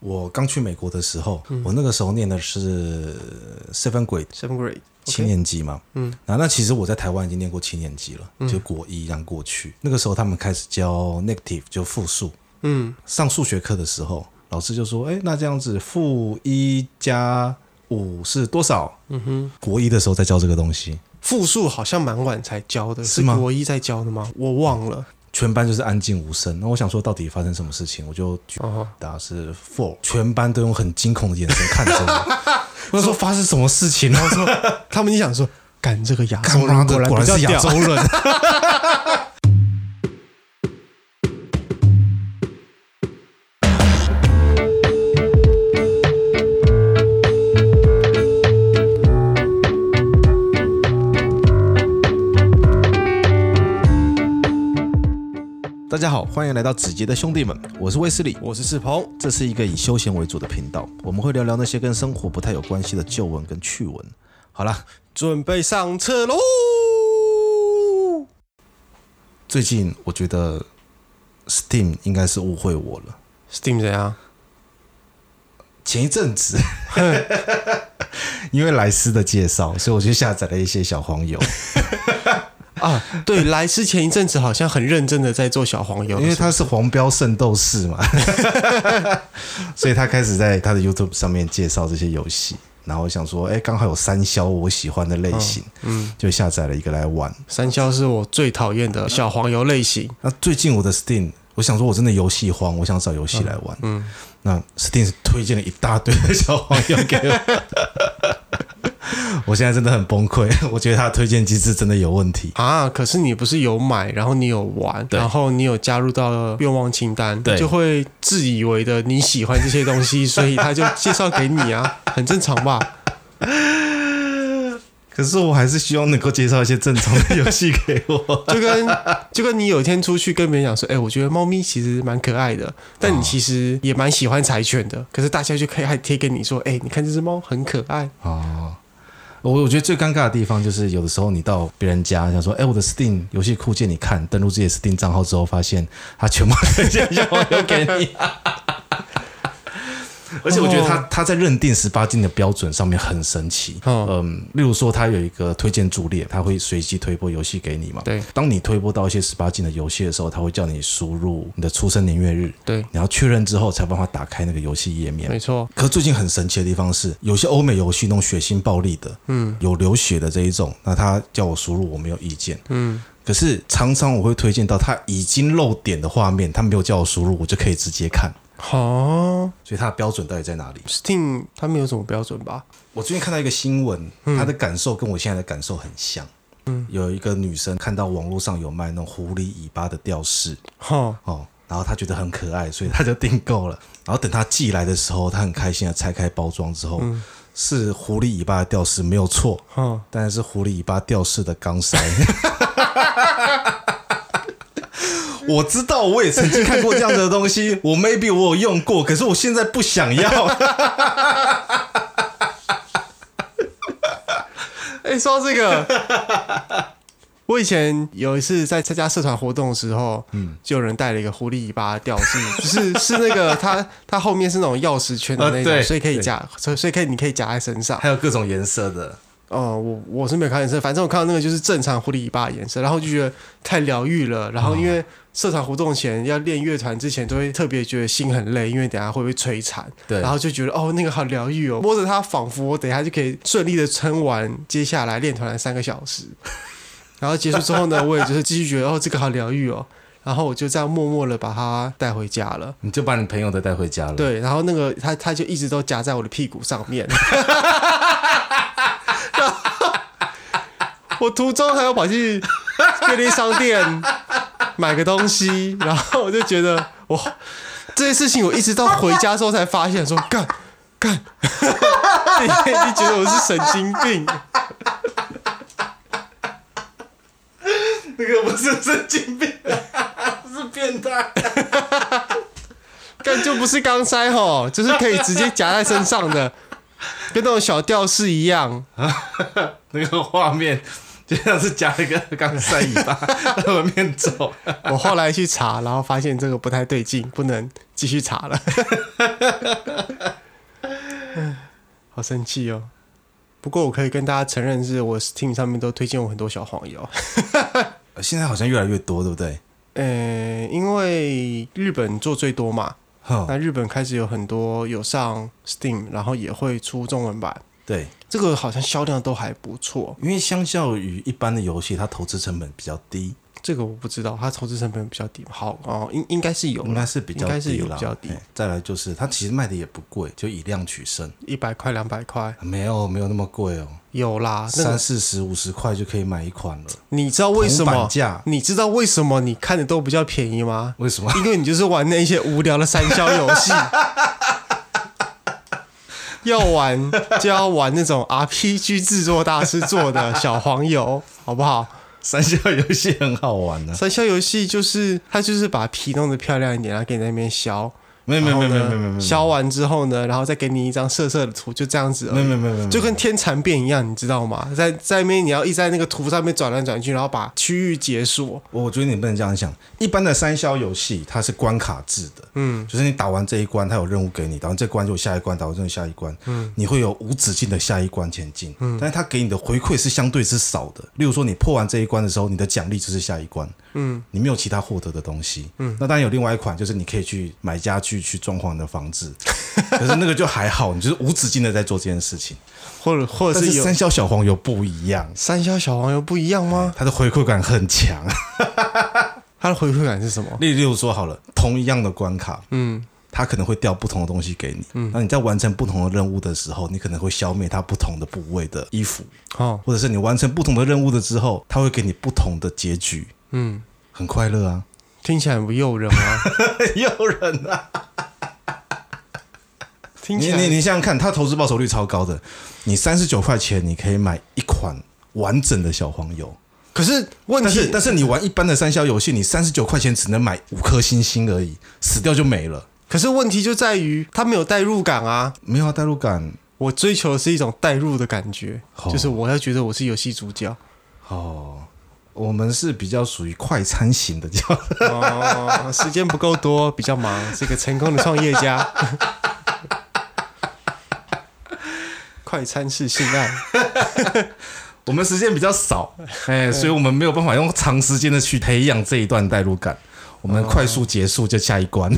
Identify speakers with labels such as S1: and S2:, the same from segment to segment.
S1: 我刚去美国的时候，我那个时候念的是 seven grade
S2: seven grade，
S1: 七年级嘛，
S2: 嗯，
S1: 那那其实我在台湾已经念过七年级了，就国一让过去。那个时候他们开始教 negative 就复数，
S2: 嗯，
S1: 上数学课的时候，老师就说：“哎、那这样子负一加五是多少？”嗯哼，国一的时候在教这个东西，
S2: 复数好像蛮晚才教的，
S1: 是
S2: 是
S1: 吗
S2: 国一在教的吗？我忘了。
S1: 全班就是安静无声。那我想说，到底发生什么事情？我就举
S2: 哦，
S1: 答是 four，全班都用很惊恐的眼神看着我。我就说发生什么事情了？我说
S2: 他们一想说，干这个亚
S1: 干
S2: 洲
S1: 妈
S2: 人
S1: 的
S2: 然比
S1: 果
S2: 较
S1: 然是亚
S2: 屌
S1: 洲
S2: 人。
S1: 大家好，欢迎来到子杰的兄弟们，我是威斯利，
S2: 我是世鹏，
S1: 这是一个以休闲为主的频道，我们会聊聊那些跟生活不太有关系的旧闻跟趣闻。好啦，
S2: 准备上车喽。
S1: 最近我觉得 Steam 应该是误会我了。
S2: Steam 怎样？
S1: 前一阵子， 因为莱斯的介绍，所以我就下载了一些小黄油，
S2: 啊，对，莱斯前一阵子好像很认真的在做小黄油，
S1: 因为它是黄标圣斗士嘛， 所以他开始在他的 YouTube 上面介绍这些游戏。然后我想说，哎，刚好有三消我喜欢的类型，嗯，就下载了一个来玩。
S2: 三消是我最讨厌的小黄油类型。
S1: 那最近我的 Steam，我想说我真的游戏荒，我想找游戏来玩。嗯，那 Steam 是推荐了一大堆的小黄油给我， 我现在真的很崩溃。我觉得它的推荐机制真的有问题。
S2: 啊！可是你不是有买，然后你有玩，
S1: 对
S2: 然后你有加入到愿望清单，
S1: 对
S2: 就会自以为的你喜欢这些东西，所以他就介绍给你啊，很正常 吧？
S1: 可是我还是希望能够介绍一些正常的游戏给我。
S2: 就跟就跟你有一天出去跟别人讲说，哎、我觉得猫咪其实蛮可爱的，但你其实也蛮喜欢柴犬的，可是大家就可以还贴给你说，哎、你看这只猫很可爱，
S1: 哦， 我我觉得最尴尬的地方就是有的时候你到别人家想说，哎，我的 Steam 游戏库借你看，登录自己的 Steam 账号之后，发现他全部推荐小黄油给你。 而且我觉得他他在认定十八禁的标准上面很神奇，
S2: 哦
S1: 嗯，例如说他有一个推荐柱列，他会随机推播游戏给你嘛，
S2: 对
S1: 当你推播到一些十八禁的游戏的时候，他会叫你输入你的出生年月日，
S2: 对，
S1: 你要确认之后才有办法打开那个游戏页面，
S2: 没错，
S1: 可最近很神奇的地方是，有些欧美游戏那种血腥暴力的，嗯，有流血的这一种，那他叫我输入，我没有意见，
S2: 嗯，
S1: 可是常常我会推荐到他已经露点的画面，他没有叫我输入，我就可以直接看，
S2: 好、
S1: 所以它的标准到底在哪里？
S2: 哦 Steam 它没有什么标准吧？
S1: 我最近看到一个新闻，他的感受跟我现在的感受很像，嗯，有一个女生看到网络上有卖那种狐狸尾巴的吊饰，
S2: 哈、
S1: 哦，然后他觉得很可爱，所以他就订购了。 然后等他寄来的时候，他很开心的拆开包装之后，是狐狸尾巴的吊饰没有错，
S2: 哈、
S1: 但是狐狸尾巴吊饰的钢塞。 我知道，我也曾经看过这样子的东西，我 maybe 我有用过，可是我现在不想要。
S2: 哎、说到这个， 我以前有一次在参加社团活动的时候，嗯，就有人带了一个狐狸尾巴的吊饰， 就是是那个它它后面是那种钥匙圈的那
S1: 呃
S2: 种，
S1: 对
S2: 所以可以夹，所以所以可以你可以夹在身上。
S1: 还有各种颜色的，
S2: 哦、我我是没有看到颜色，反正我看到那个就是正常狐狸尾巴的颜色，然后就觉得太疗愈了。然后因为社团活动前要练乐团之前，都会特别觉得心很累，因为等一下会不会摧残。
S1: 对
S2: 然后就觉得哦，那个好疗愈哦，摸着它，仿佛我等一下就可以顺利的撑完接下来练团的三个小时。 然后结束之后呢，我也就是继续觉得哦，这个好疗愈哦。然后我就这样默默的把它带回家了。
S1: 你就把你朋友的带回家了。，
S2: 对，然后那个它它就一直都夹在我的屁股上面。 然后我途中还要跑去便利商店买个东西，然后我就觉得哇，这些事情我一直到回家之后才发现，说干干， 你你觉得我是神经病？
S1: 那个不是神经病，是变态。
S2: 干就不是钢塞吼，就是可以直接夹在身上的，跟那种小吊饰一样。
S1: 那个画面就像是加了一个钢塞尾巴在外面走。
S2: 我后来去查，然后发现这个不太对劲，不能继续查了。 好生气哦！不过我可以跟大家承认，是我 Steam 上面都推荐我很多小黄油。
S1: 现在好像越来越多，对不对？
S2: 呃，因为日本做最多嘛，
S1: 哼，
S2: 那日本开始有很多有上 Steam，然后也会出中文版，
S1: 对，
S2: 这个好像销量都还不错。
S1: 因为相较于一般的游戏，它投资成本比较低，
S2: 这个我不知道，它投资成本比较低吗。好哦，应应该是有啦，
S1: 应该是比较
S2: 应该是
S1: 低
S2: 有
S1: 啦。
S2: 比较低，
S1: 嘿再来就是它其实卖的也不贵，就以量取胜，
S2: 一百块两百块
S1: 没有没有那么贵哦，
S2: 有啦。那
S1: 三
S2: 个
S1: 四十、五十块就可以买一款了。
S2: 你知道为什
S1: 铜板
S2: 么？
S1: 价
S2: 你知道为什么你看的都比较便 宜吗？
S1: 为什么？
S2: 因为你就是玩那些无聊的三消游 戏。要玩就要玩那种 RPG 制作大师做的小黄油，好不好？
S1: 三消游戏很好玩呢、
S2: 三消游戏就是它就是把皮弄得漂亮一点，然后给你在那边削，
S1: 没有没有没有没有
S2: 然后
S1: 没
S2: 呢
S1: 有没有没有
S2: 削完之后呢，然后再给你一张色色的图，就这样子而已
S1: 没有没有没有没有，
S2: 就跟天蚕变一样，你知道吗？在在那边你要一直在那个图上面转来转去，然后把区域解锁。
S1: 我觉得你不能这样想。一般的三消游戏它是关卡制的，嗯，就是你打完这一关，它有任务给你，打完这关就有下一关，打完这个下一关，嗯，你会有无止境的下一关前进，嗯，但是它给你的回馈是相对之少的。例如说你破完这一关的时候，你的奖励就是下一关，嗯，你没有其他获得的东西，嗯，那当然有另外一款就是你可以去买家具去装潢你的房 子，可是那个就还好，你就是无止境的在做这件事情。
S2: 或者或者
S1: 但
S2: 是
S1: 是
S2: 有
S1: 三消小黄油不一样，
S2: 三消小黄油不一样吗？
S1: 它的回馈感很强。
S2: 它的回馈感是什么？
S1: 例如说好了，同一样的关卡，嗯，它可能会掉不同的东西给你，嗯，那你在完成不同的任务的时候，你可能会消灭它不同的部位的衣服，
S2: 哦，
S1: 或者是你完成不同的任务的之后，它会给你不同的结局，
S2: 嗯，
S1: 很快乐 啊，
S2: 听起来很不诱人啊！
S1: 很诱人啊！
S2: 听
S1: 你
S2: 起来
S1: 你你想想看，它投资报酬率超高的，你三十九块钱你可以买一款完整的小黄油。
S2: 可是问
S1: 但
S2: 题
S1: 是，但是你玩一般的三消游戏，你三十九块钱只能买五颗星星而已，死掉就没了，
S2: 可是问题就在于它没有代入感啊！
S1: 没有啊代入感
S2: 我追求的是一种代入的感觉，
S1: 哦
S2: 就是我要觉得我是游戏主角。
S1: 哦，我们是比较属于快餐型的 教，
S2: 哦，时间不够多，比较忙，是个成功的创业家。 快餐式性爱，
S1: 我们时间比较少， 哎、所以我们没有办法用长时间的去培养这一段代入感，我们快速结束就下一关。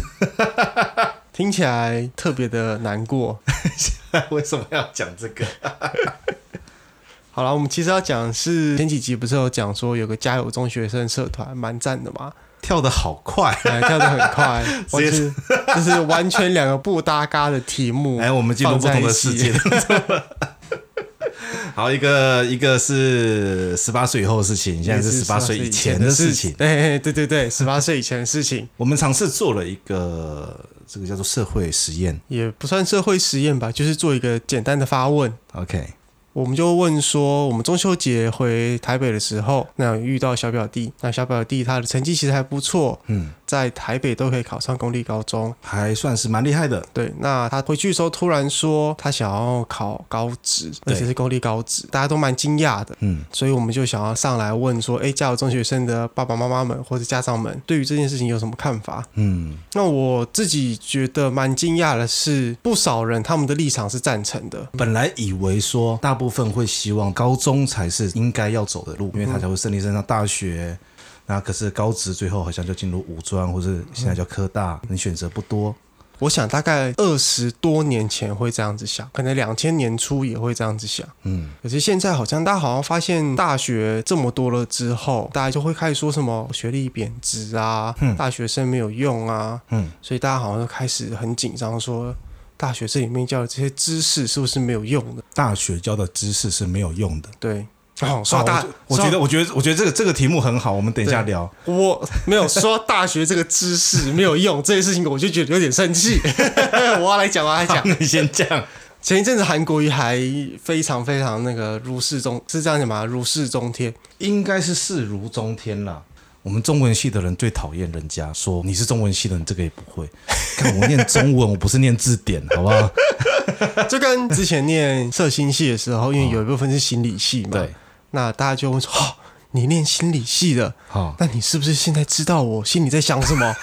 S2: 听起来特别的难过。
S1: 为什么要讲这个？
S2: 好了，我们其实要讲是前几集不是有讲说有个加油中学生社团蛮赞的 嘛，
S1: 跳得好 快！
S2: 哎跳得很快，我
S1: 接
S2: 是就是完全两个不搭嘎的题目，
S1: 哎，我们进入不同的世界。 好，一个一个是十八岁以后的事情，现在是十八岁以前的事情。
S2: 哎，对对对，十八岁以前的事情
S1: 我们尝试做了一个这个叫做社会实验
S2: 也不算社会实验吧，就是做一个简单的发问，
S1: ，OK，
S2: 我们就问说，我们中秋节回台北的时候，那有遇到小表弟，那小表弟他的成绩其实还不错，
S1: 嗯，
S2: 在台北都可以考上公立高中。
S1: 还算是蛮厉害的，
S2: 对，那他回去的时候突然说他想要考高职，而
S1: 对
S2: 且是公立高职，大家都蛮惊讶的。
S1: 嗯，
S2: 所以我们就想要上来问说，诶，家有中学生的爸爸妈妈们或者家长们，对于这件事情有什么看法？
S1: 嗯，
S2: 那我自己觉得蛮惊讶的是，不少人他们的立场是赞成的，
S1: 本来以为说大部分会希望高中才是应该要走的路，因为他才会顺利升上大学。那可是高职最后好像就进入五专，或是现在叫科大，你选择不多。
S2: 我想大概二十多年前会这样子想，可能两千年初也会这样子想。
S1: 嗯，
S2: 可是现在好像大家好像发现大学这么多了之后，大家就会开始说什么学历贬值啊，大学生没有用啊，
S1: 嗯，
S2: 所以大家好像就开始很紧张说。大学这里面教的这些知识是不是没有用的？
S1: 大学教的知识是没有用的。
S2: 对，哦，说到大，
S1: 好我觉
S2: 说
S1: 得，我觉得，我觉得这个这个题目很好，我们等一下
S2: 对
S1: 聊。
S2: 到我 没有说到大学这个知识没有用这件事情，我就觉得有点生气。 我要来讲，我要来讲。
S1: 你先讲。
S2: 前一阵子韩国瑜还非常非常那个如释中，是这样讲吗？如释中天，
S1: 应该是事如中天啦。我们中文系的人最讨厌人家说你是中文系的，你这个也不 会。看我念中文，我不是念字典，好不好？
S2: 就跟之前念社心系的时候，因为有一部分是心理系嘛，
S1: 对，
S2: 那大家就会说：“哦，你念心理系的，
S1: 好
S2: 那你是不是现在知道我心里在想什么？”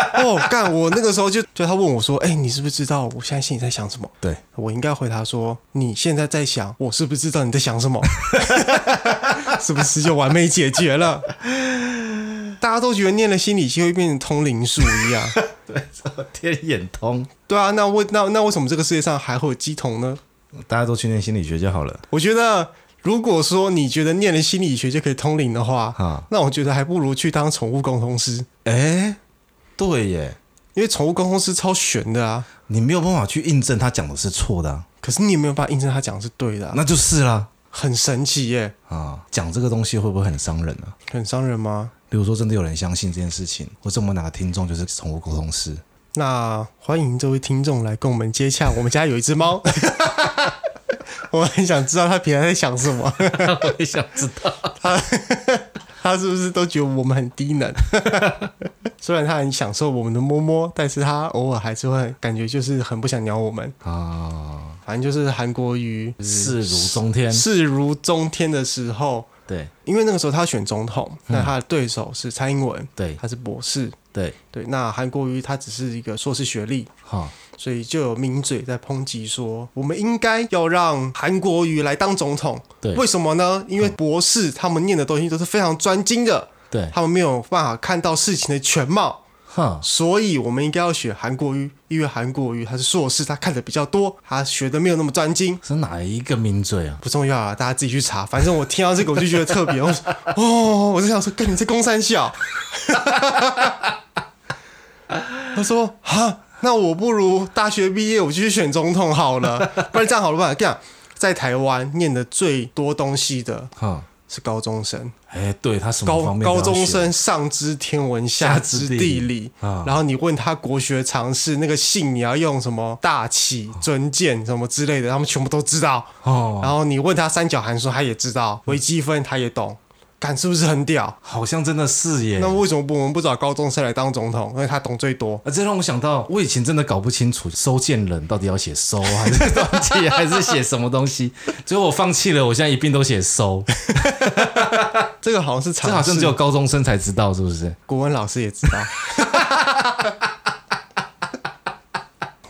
S2: 哦，干！我那个时候就就他问我说：“哎、你是不是知道我现在心里在想什么
S1: 对，？”
S2: 我应该回答说：“你现在在想，我是不是知道你在想什么？” 是不是就完美解决了？ 大家都觉得念了心理系会变成通灵术一样，
S1: 天眼通，
S2: 对啊，那为那那为什么这个世界上还会有鸡童呢？
S1: 大家都去念心理学就好了。
S2: 我觉得，如果说你觉得念了心理学就可以通灵的话，
S1: 哈，
S2: 那我觉得还不如去当宠物沟通师，
S1: 哎，对耶，
S2: 因为宠物沟通师超悬的啊。
S1: 你没有办法去印证他讲的是错的啊、
S2: 可是你也没有办法印证他讲的是对的啊、
S1: 那就是啦。
S2: 很神奇耶、
S1: 啊，讲这个东西会不会很伤人啊？
S2: 很伤人吗？
S1: 比如说，真的有人相信这件事情，或者我们哪个听众就是宠物沟通师，
S2: 那欢迎这位听众来跟我们接洽，我们家有一只猫，我很想知道它平常在想什么，
S1: 我也想知 道。
S2: 它是不是都觉得我们很低能？虽然它很享受我们的摸摸，但是它偶尔还是会感觉就是很不想鸟我们。
S1: 啊，
S2: 反正就是韩国瑜
S1: 势如中天，
S2: 势如中天的时候，
S1: 对
S2: 因为那个时候他选总统，那他的对手是蔡英文，
S1: 对
S2: 他是博士，
S1: 对，
S2: 对，那韩国瑜他只是一个硕士学历，
S1: 哈，
S2: 所以就有名嘴在抨击说，我们应该要让韩国瑜来当总统，
S1: 对嗯
S2: 为什么呢？因为博士他们念的东西都是非常专精的，
S1: 对，
S2: 他们没有办法看到事情的全貌，
S1: 哈，
S2: 所以我们应该要选韩国瑜，因为韩国瑜他是硕士，他看的比较多，他学的没有那么专精，
S1: 是哪一个名嘴啊？
S2: 不重要啊，大家自己去查。反正我听到这个我就觉得特别，我说哦，我就想说，跟你在公山笑。 他说哈，那我不如大学毕业我就去选总统好了，不然这样好了吧？这样在台湾念的最多东西的
S1: 哈，
S2: 是高中生，
S1: 哎，对他什么
S2: 高
S1: 方面都要
S2: 高
S1: 学？
S2: 中生上知天文下知地理。
S1: 啊，
S2: 然后你问他国学常识，那个姓你要用什么大启、尊建什么之类的，他们全部都知道。
S1: 哦，
S2: 然后你问他三角函数，他也知道；微积分他也懂，感是不是很屌？
S1: 好像真的是耶。
S2: 那为什么不我们不找高中生来当总统？因为他懂最多。
S1: 啊，这让我想到，我以前真的搞不清楚收件人到底要写收还是断记 还是写什么东西，最后我放弃了，我现在一并都写收，
S2: 这个好像是常
S1: 这
S2: 识，
S1: 好像只有高中生才知道，是不是？
S2: 国文老师也知道。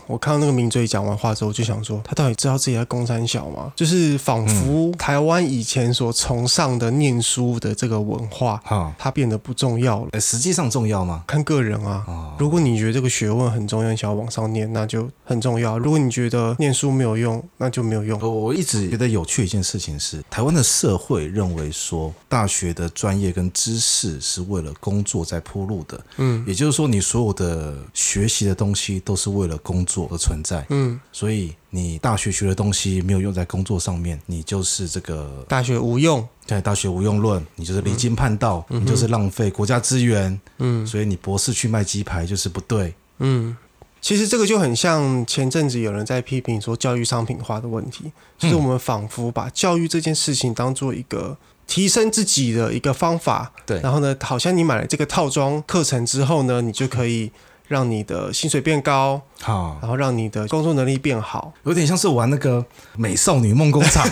S2: 我看到那个名嘴讲完话之后，我就想说，他到底知道自己在公山小吗？就是仿佛台湾以前所崇尚的念书的这个文化，
S1: 哈，
S2: 它变得不重要了。
S1: 呃，实际上重要吗？
S2: 看个人啊。如果你觉得这个学问很重要，你想要往上念，那就很重要；如果你觉得念书没有用，那就没有用。
S1: 我我一直觉得有趣的一件事情是，台湾的社会认为说，大学的专业跟知识是为了工作在铺路的，嗯，也就是说，你所有的学习的东西都是为了工作而存在，
S2: 嗯，
S1: 所以你大学学的东西没有用在工作上面，你就是这个
S2: 大学无用，
S1: 对大学无用论，你就是离经叛道，你就是浪费国家资源，嗯，所以你博士去卖鸡排就是不对，
S2: 嗯。其实这个就很像前阵子有人在批评说教育商品化的问题，就是我们仿佛把教育这件事情当做一个提升自己的一个方法。
S1: 对
S2: 然后呢，好像你买了这个套装课程之后呢，你就可以让你的薪水变高，
S1: 好、
S2: 然后让你的工作能力变好，
S1: 有点像是玩那个美少女梦工厂。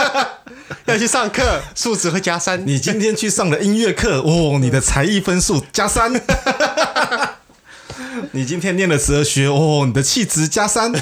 S2: 要去上课，数值会加三。
S1: 你今天去上了音乐课，哦，你的才艺分数加三。 你今天念了哲学，哦，你的气质加三。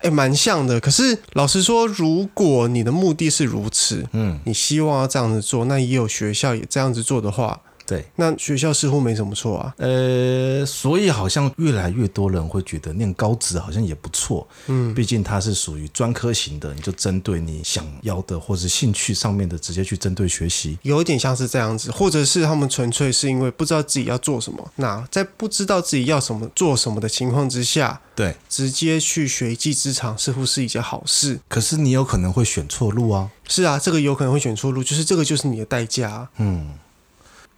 S2: 哎，蛮像的。可是老实说，如果你的目的是如此，
S1: 嗯，
S2: 你希望要这样子做，那也有学校也这样子做的话，
S1: 对，
S2: 那学校似乎没什么错啊。
S1: 呃，所以好像越来越多人会觉得念高职好像也不错，嗯，毕竟它是属于专科型的，你就针对你想要的或是兴趣上面的直接去针对学习。
S2: 有一点像是这样子，或者是他们纯粹是因为不知道自己要做什么。那在不知道自己要什么做什么的情况之下，
S1: 对，
S2: 直接去学一技之长，似乎是一件好事。
S1: 可是你有可能会选错路啊。
S2: 是啊，这个有可能会选错路，就是这个就是你的代价、啊。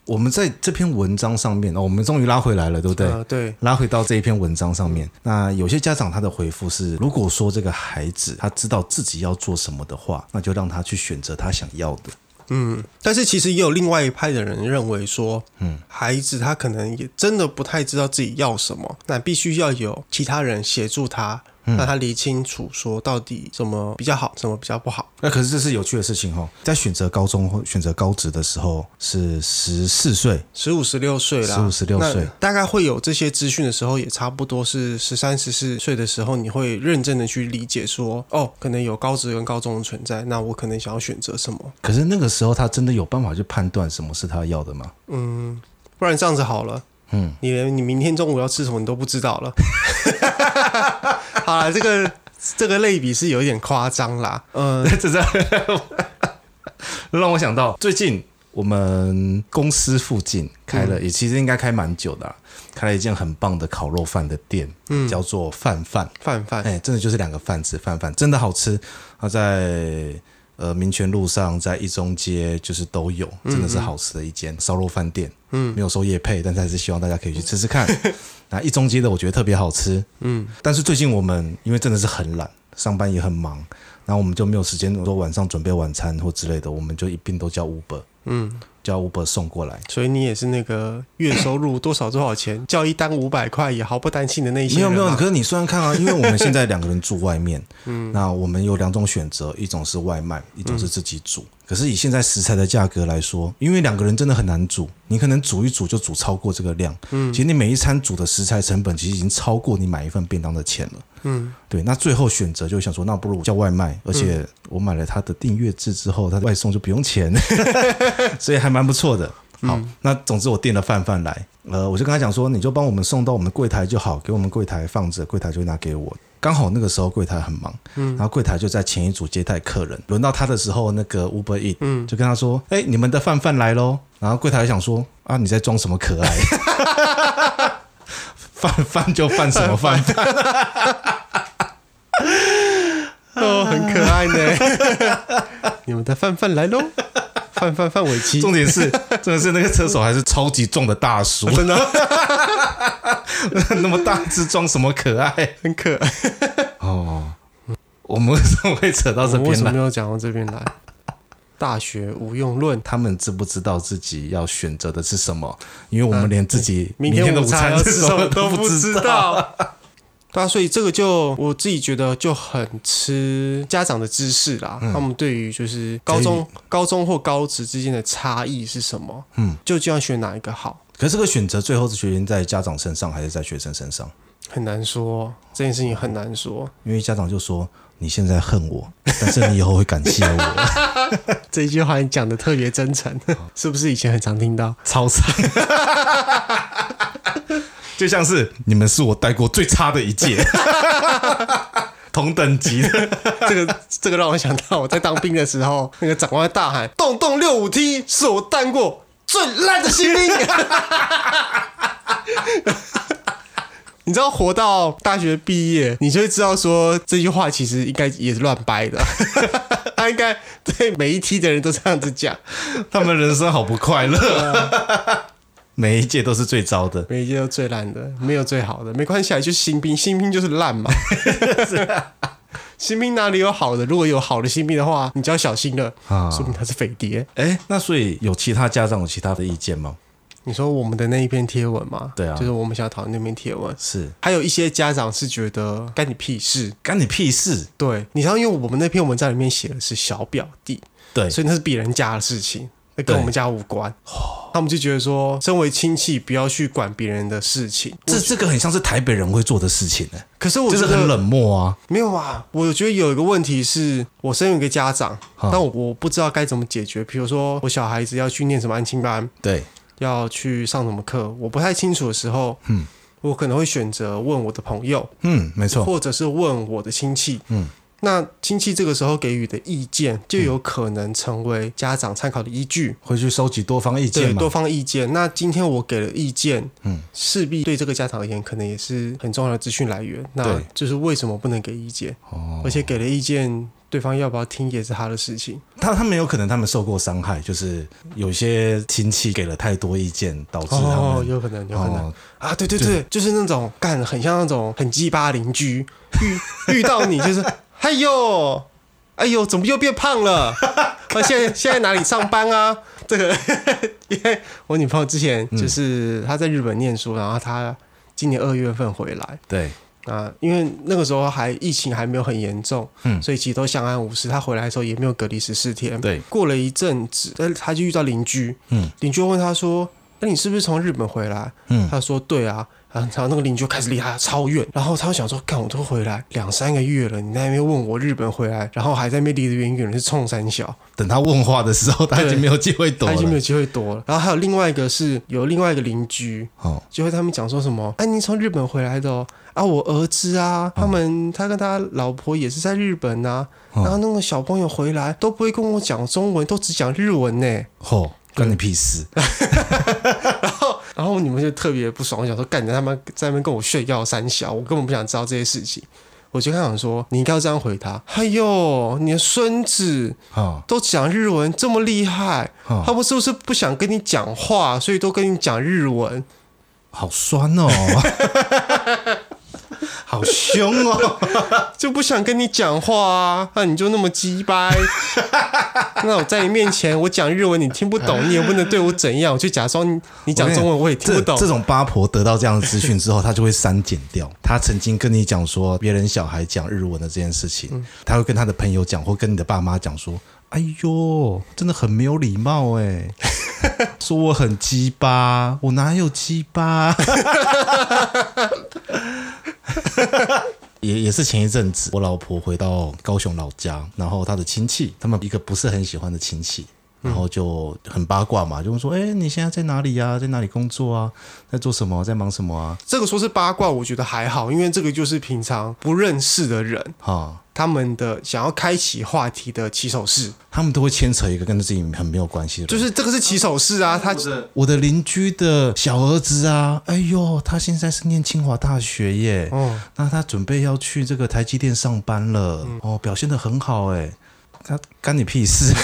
S1: 我们在这篇文章上面，哦，我们终于拉回来了，对不对？
S2: 呃对，
S1: 拉回到这一篇文章上面，那有些家长他的回复是：如果说这个孩子他知道自己要做什么的话，那就让他去选择他想要的。
S2: 嗯，但是其实也有另外一派的人认为说，嗯，孩子他可能也真的不太知道自己要什么，那必须要有其他人协助他，让他理清楚说到底什么比较好，什么比较不好。
S1: 那可是这是有趣的事情哈、哦，在选择高中或选择高职的时候是十四岁，
S2: 十五、十六岁啦，
S1: 15 16岁
S2: 那大概会有这些资讯的时候，也差不多是十三、十四岁的时候，你会认真的去理解说，哦，可能有高职跟高中的存在，那我可能想要选择什么。
S1: 可是那个时候他真的有办法去判断什么是他要的吗？
S2: 不然这样子好了，嗯，你连你明天中午要吃什么你都不知道了。 好啦，这个这个类比是有一点夸张啦，嗯、
S1: 这这 让我想到最近我们公司附近开了，也其实应该开蛮久的啊、开了一间很棒的烤肉饭的店，叫做范范，
S2: 范范，
S1: 哎、真的就是两个饭字，范范真的好吃，它在。呃，民权路上在一中街就是都有，真的是好吃的一间烧肉饭店。嗯，没有收夜配，但是还是希望大家可以去吃吃 看。那一中街的我觉得特别好吃。嗯，但是最近我们因为真的是很懒，上班也很忙，然后我们就没有时间说晚上准备晚餐或之类的，我们就一并都叫 Uber，
S2: 嗯，
S1: 叫 Uber 送过来。
S2: 所以你也是那个月收入多少多少钱， 叫一单五百块也毫不担心的那一些
S1: 没有
S2: 人
S1: 没有，
S2: 嘛
S1: 可是你算算看啊，因为我们现在两个人住外 面，嗯，那我们有两种选择，一种是外卖，一
S2: 嗯
S1: 种是自己煮。可是以现在食材的价格来说，因为两个人真的很难煮，你可能煮一煮就煮超过这个量，嗯，其实你每一餐煮的食材成本其实已经超过你买一份便当的钱了。
S2: 嗯，
S1: 对，那最后选择就想说，那不如叫外卖，而且我买了他的订阅制之后，他的外送就不用钱，所以还蛮不错的。好，那总之我订了饭饭来，呃，我就跟他讲说，你就帮我们送到我们柜台就好，给我们柜台放着，柜台就会拿给我。刚好那个时候柜台很忙，嗯，然后柜台就在前一组接待客人，轮到他的时候，那个 Uber E，嗯，就跟他说，哎、你们的饭饭来喽。然后柜台想说，啊，你在装什么可爱？ 饭饭就饭什么 饭饭？
S2: 哦，很可爱呢。 你们的范范来喽，范范范玮琪，
S1: 重点是，真的是那个车手还是超级重的大叔，
S2: 真的
S1: 那么大只装什么可爱？
S2: 很可爱。
S1: 哦，我们为什么会扯到这
S2: 我为
S1: 边
S2: 什么
S1: 来
S2: 没？有讲到这边来？大学无用论，
S1: 他们知不知道自己要选择的是什么？因为我们连自己
S2: 嗯明
S1: 天的
S2: 午
S1: 餐
S2: 要
S1: 是
S2: 吃
S1: 什
S2: 什么
S1: 都
S2: 不
S1: 知。
S2: 道。 对啊，所以这个就我自己觉得就很吃家长的知识啦。他们对于就是高中、高中或高职之间的差异是什么？嗯，究竟要选哪一个好，
S1: 可是这个选择最后是决定在家长身上还是在学生身上？
S2: 很难说。这件事情很难说。
S1: 因为家长就说你现在恨我， 但是你以后会感谢 我，
S2: 这一句话你讲的特别真诚， 是不是以前很常听到？
S1: 超惨。 就像是你们是我带过最差的一届， 同等级的。
S2: 这个这个让我想到我在当兵的时候，那个长官大喊：“洞洞六五 T 是我当过最烂的新兵。” 你知道活到大学毕业，你就会知道说这句话其实应该也是乱掰的， 他应该对每一梯的人都这样子讲，
S1: 他们人生好不快乐，
S2: 嗯
S1: 每一届都是最糟的。
S2: 每一届都最烂的，没有最好的，没关系，啊，就是新兵，新兵就是烂嘛。 新兵哪里有好的？如果有好的新兵的话，你就要小心了，
S1: 啊
S2: 说明他是匪谍。
S1: 哎，那所以有其他家长有其他的意见吗？
S2: 你说我们的那一篇贴文吗？
S1: 对啊
S2: 就是我们想要讨论那篇贴文。
S1: 是
S2: 还有一些家长是觉得干你屁事，
S1: 干你屁事！
S2: 对，你知道，因为我们那篇文章里面写的是小表弟，
S1: 对，
S2: 所以那是别人家的事情，那跟
S1: 对
S2: 我们家无关。他们就觉得说，身为亲戚不要去管别人的事情。
S1: 这这个很像是台北人会做的事情呢、
S2: 可是我
S1: 就是
S2: 觉得
S1: 很冷漠啊。
S2: 没有啊，我觉得有一个问题是，我身为一个家长，
S1: 哈
S2: 但我我不知道该怎么解决。比如说，我小孩子要去念什么安亲班，
S1: 对，
S2: 要去上什么课，我不太清楚的时候，嗯，我可能会选择问我的朋友，
S1: 嗯，没错，
S2: 或者是问我的亲戚，嗯。那亲戚这个时候给予的意见，就有可能成为家长参考的依据。
S1: 回去收集多方意嗯
S2: 对
S1: 见嘛
S2: 多。方意见。那今天我给了意见，嗯，势必对这个家长而言，可能也是很重要的资讯来源。那
S1: 对
S2: 就是为什么不能给意见？
S1: 哦
S2: 而且给了意见，对方要不要听也是他的事情。
S1: 他他们有可能他们受过伤害，就是有些亲戚给了太多意见，导致他们
S2: 哦，有可能，有可能、
S1: 哦
S2: 啊！对对对，就是那种干很像那种很鸡巴邻居，遇 遇到你就是，哎呦，哎呦，怎么又变胖 了？啊，现在现在哪里上班啊？这个， 因为我女
S1: 嗯
S2: 朋友之前就是她在日本念书，然后她今年二月份回来，
S1: 对
S2: 那因为那个时候还疫情还没有很严重，
S1: 嗯
S2: 所以其实都相安无事。他回来的时候也没有隔离十四天。
S1: 对，
S2: 过了一阵子，呃，他就遇到邻居，
S1: 嗯
S2: 邻居问他说：“那你是不是从日本回来？”
S1: 嗯，
S2: 他说：“对啊。”啊，然后那个邻居开始离他超远，然后他想说：“干，我都回来两三个月了，你在那边问我日本回来，然后还在那边离得远远的，是冲三小。”
S1: 等他问话的时候，他已经没有机会躲
S2: 他已经没
S1: 了。
S2: 有机会躲了。然后还有另外一个是有另外一个邻居，
S1: 哦，
S2: 就会他们讲说什么，哎、你从日本回来的哦，啊，我儿子啊，他们他跟他老婆也是在日本啊，
S1: 哦
S2: 然后那个小朋友回来都不会跟我讲中文，都只讲日文呢。
S1: 吼，关你屁事！
S2: 然后你们就特别不爽，我想说，干你他妈在那边跟我炫耀三小，我根本不想知道这些事情。我就看想说，你应该要这样回他：“哎呦，你的孙子
S1: 哦
S2: 都讲日文这么厉害，他
S1: 哦，
S2: 们是不是不想跟你讲话，所以都跟你讲日文？
S1: 好酸 哦，好凶哦！
S2: 就不想跟你讲话啊，那你就那么鸡 掰。那我在你面前，我讲日文你听不懂，你也不能对我怎样。我就假装你你讲中文我也听不
S1: 这
S2: 懂
S1: 这。种八婆得到这样的资讯之后，她就会删减掉。她曾经跟你讲说别人小孩讲日文的这件事
S2: 嗯
S1: 情，她会跟她的朋友讲，或跟你的爸妈讲说：“哎呦，真的很没有礼貌哎， 说我很鸡巴，我哪有鸡巴？” 也也是前一阵子，我老婆回到高雄老家，然后她的亲戚，他们一个不是很喜欢的亲戚，然后就很八卦嘛，就问说：“哎、你现在在哪里呀、在哪里工作啊？在做什么？在忙什么啊
S2: 这个说是八卦，我觉得还好，因为这个就是平常不认识的人？”
S1: 哈，
S2: 他们的想要开启话题的起手式，
S1: 他们都会牵扯一个跟自己很没有关系的人，
S2: 就是这个是起手式啊。他
S1: 我的邻居的小儿子啊，哎呦，他现在是念清华大学耶，
S2: 哦，
S1: 那他准备要去这个台积电上班了，
S2: 嗯
S1: 哦，表现的很好哎，他干你屁 事？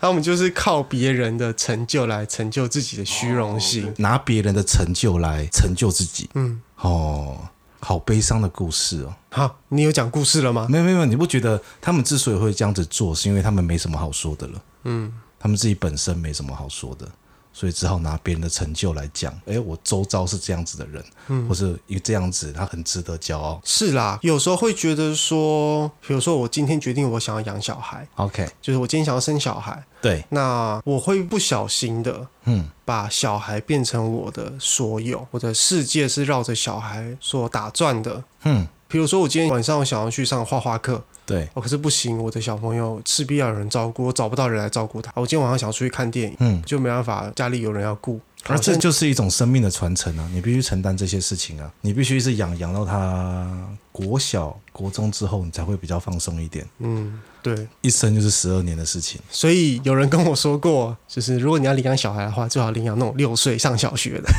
S2: 他们就是靠别人的成就来成就自己的虚荣心。
S1: 拿别人的成就来成就自己，
S2: 嗯，
S1: 哦，好悲伤的故事哦。
S2: 好，你有讲故事了吗？
S1: 啊没有没有，没有你不觉得他们之所以会这样子做，是因为他们没什么好说的了？
S2: 嗯，
S1: 他们自己本身没什么好说的，所以只好拿别人的成就来讲。哎，我周遭是这样子的人，嗯，或是因为这样子，他很值得骄傲。
S2: 是啦，有时候会觉得说，比如说我今天决定我想要养小孩，
S1: OK，
S2: 就是我今天想要生小孩，
S1: 对，
S2: 那我会不小心的
S1: 嗯，
S2: 把小孩变成我的所有，我的世界是绕着小孩所打转的。
S1: 嗯，
S2: 比如说我今天晚上我想要去上画画课，
S1: 对，
S2: 哦，可是不行，我的小朋友势必要有人照顾，我找不到人来照顾他。我今天晚上想要出去看电影，
S1: 嗯，
S2: 就没办法，家里有人要顾。
S1: 而啊这
S2: 好像
S1: 就是一种生命的传承啊，你必须承担这些事情啊，你必须是养养到他国小、国中之后，你才会比较放松一点。
S2: 嗯，对，
S1: 一生就是十二年的事情，
S2: 所以有人跟我说过，就是如果你要领养小孩的话，最好领养那种六岁上小学的。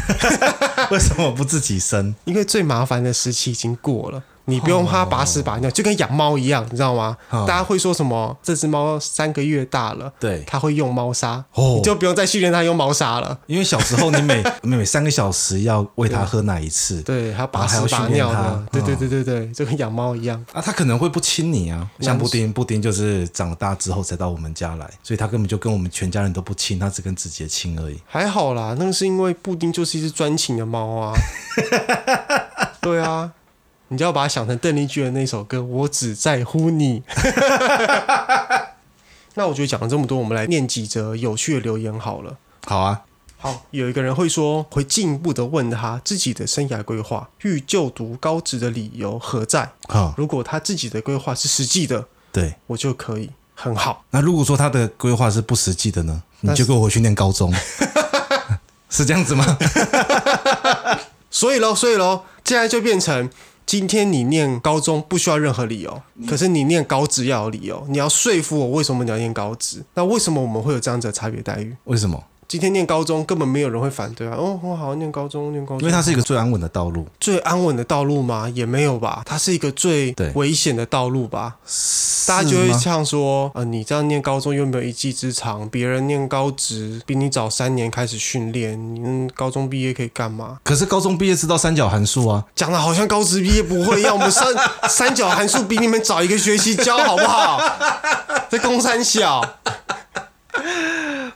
S1: 为什么不自己生？
S2: 因为最麻烦的时期已经过了，你不用怕把屎把尿，就跟养猫一样，你知道吗？
S1: 哦
S2: 大家会说什么？这只猫三个月大了，
S1: 对，
S2: 它会用猫砂，
S1: 哦
S2: 你就不用再训练它用猫砂了。
S1: 因为小时候你每 每每三个小时要喂它喝奶一次，
S2: 对，还要把
S1: 啊还
S2: 屎
S1: 要
S2: 把
S1: 训练
S2: 尿的
S1: 它，
S2: 对对
S1: 嗯
S2: 对对对，就跟养猫一样。
S1: 啊，它可能会不亲你啊。像布丁，布丁就是长大之后才到我们家来，所以它根本就跟我们全家人都不亲，它只跟子杰亲而已。
S2: 还好啦，那个是因为布丁就是一只专情的猫啊。对啊，你就要把它想成邓丽君的那首歌《我只在乎你》。 那我觉得讲了这么多，我们来念几则有趣的留言好了。
S1: 好啊，
S2: 好，有一个人会说，会进一步的问他自己的生涯规划与就读高职的理由何在？
S1: 好、
S2: 如果他自己的规划是实际的，
S1: 对。
S2: 我就可以很好。
S1: 那如果说他的规划是不实际的呢？你
S2: 那是
S1: 就给我回去念高中， 是这样子吗？
S2: 所以喽，所以喽，现在就变成今天你念高中不需要任何理由，
S1: 嗯
S2: 可是你念高职要有理由，你要说服我为什么你要念高职？那为什么我们会有这样子的差别待遇？
S1: 为什么？
S2: 今天念高中根本没有人会反对啊！哦，我好念高中，念高
S1: 因
S2: 中
S1: 为，它是一个最安稳的道路，
S2: 最安稳的道路吗？也没有吧，它是一个最
S1: 对
S2: 危险的道路吧？大家就会
S1: 是吗
S2: 像说，呃，你这样念高中又没有一技之长，别人念高职比你早三年开始训练，你嗯高中毕业可以干嘛？
S1: 可是高中毕业知道三角函数啊，
S2: 讲的好像高职毕业不会一样，我们三 三角函数比你们早一个学期教，好不好？在公三小，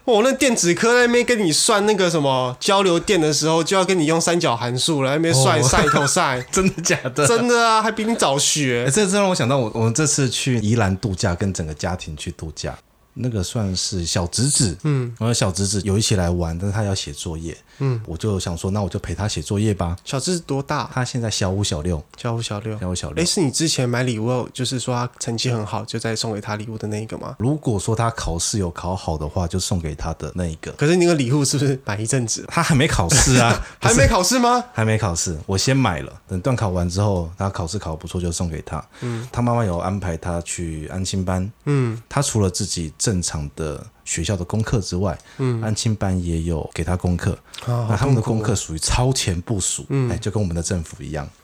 S2: 我哦那电子科在那边跟你算那个什么交流电的时候，就要跟你用三角函数了，在那边算
S1: 哦，
S2: 晒头晒
S1: 真的假的？
S2: 真的啊，还比你
S1: 欸
S2: 早学。
S1: 这这让我想到我我们这次去宜兰度假，跟整个家庭去度假，那个算是小侄子，嗯，我的小侄子有一起来玩，但是他要写作业，嗯，我就想说，那我就陪他写作业吧。
S2: 小智多大？
S1: 他现在小五小六，
S2: 小五、小六。
S1: 小五小
S2: 哎，
S1: 六。
S2: 是你之前买礼物，就是说他成绩很好，就再送给他礼物的那一个吗？
S1: 如果说他考试有考好的话，就送给他的那一个。
S2: 可是你那个礼物是不是买一阵子，
S1: 他还没考试 啊，不
S2: 还
S1: 是
S2: 没考试吗？
S1: 还没考试，我先买了。等段考完之后，他考试考得不错，就送给他。嗯，他妈妈有安排他去安亲班。嗯，他除了自己正常的学校的功课之外，嗯，安亲班也有给他功课。
S2: 啊
S1: 那他们的功课属于超前部署，哎，就跟我们的政府一样。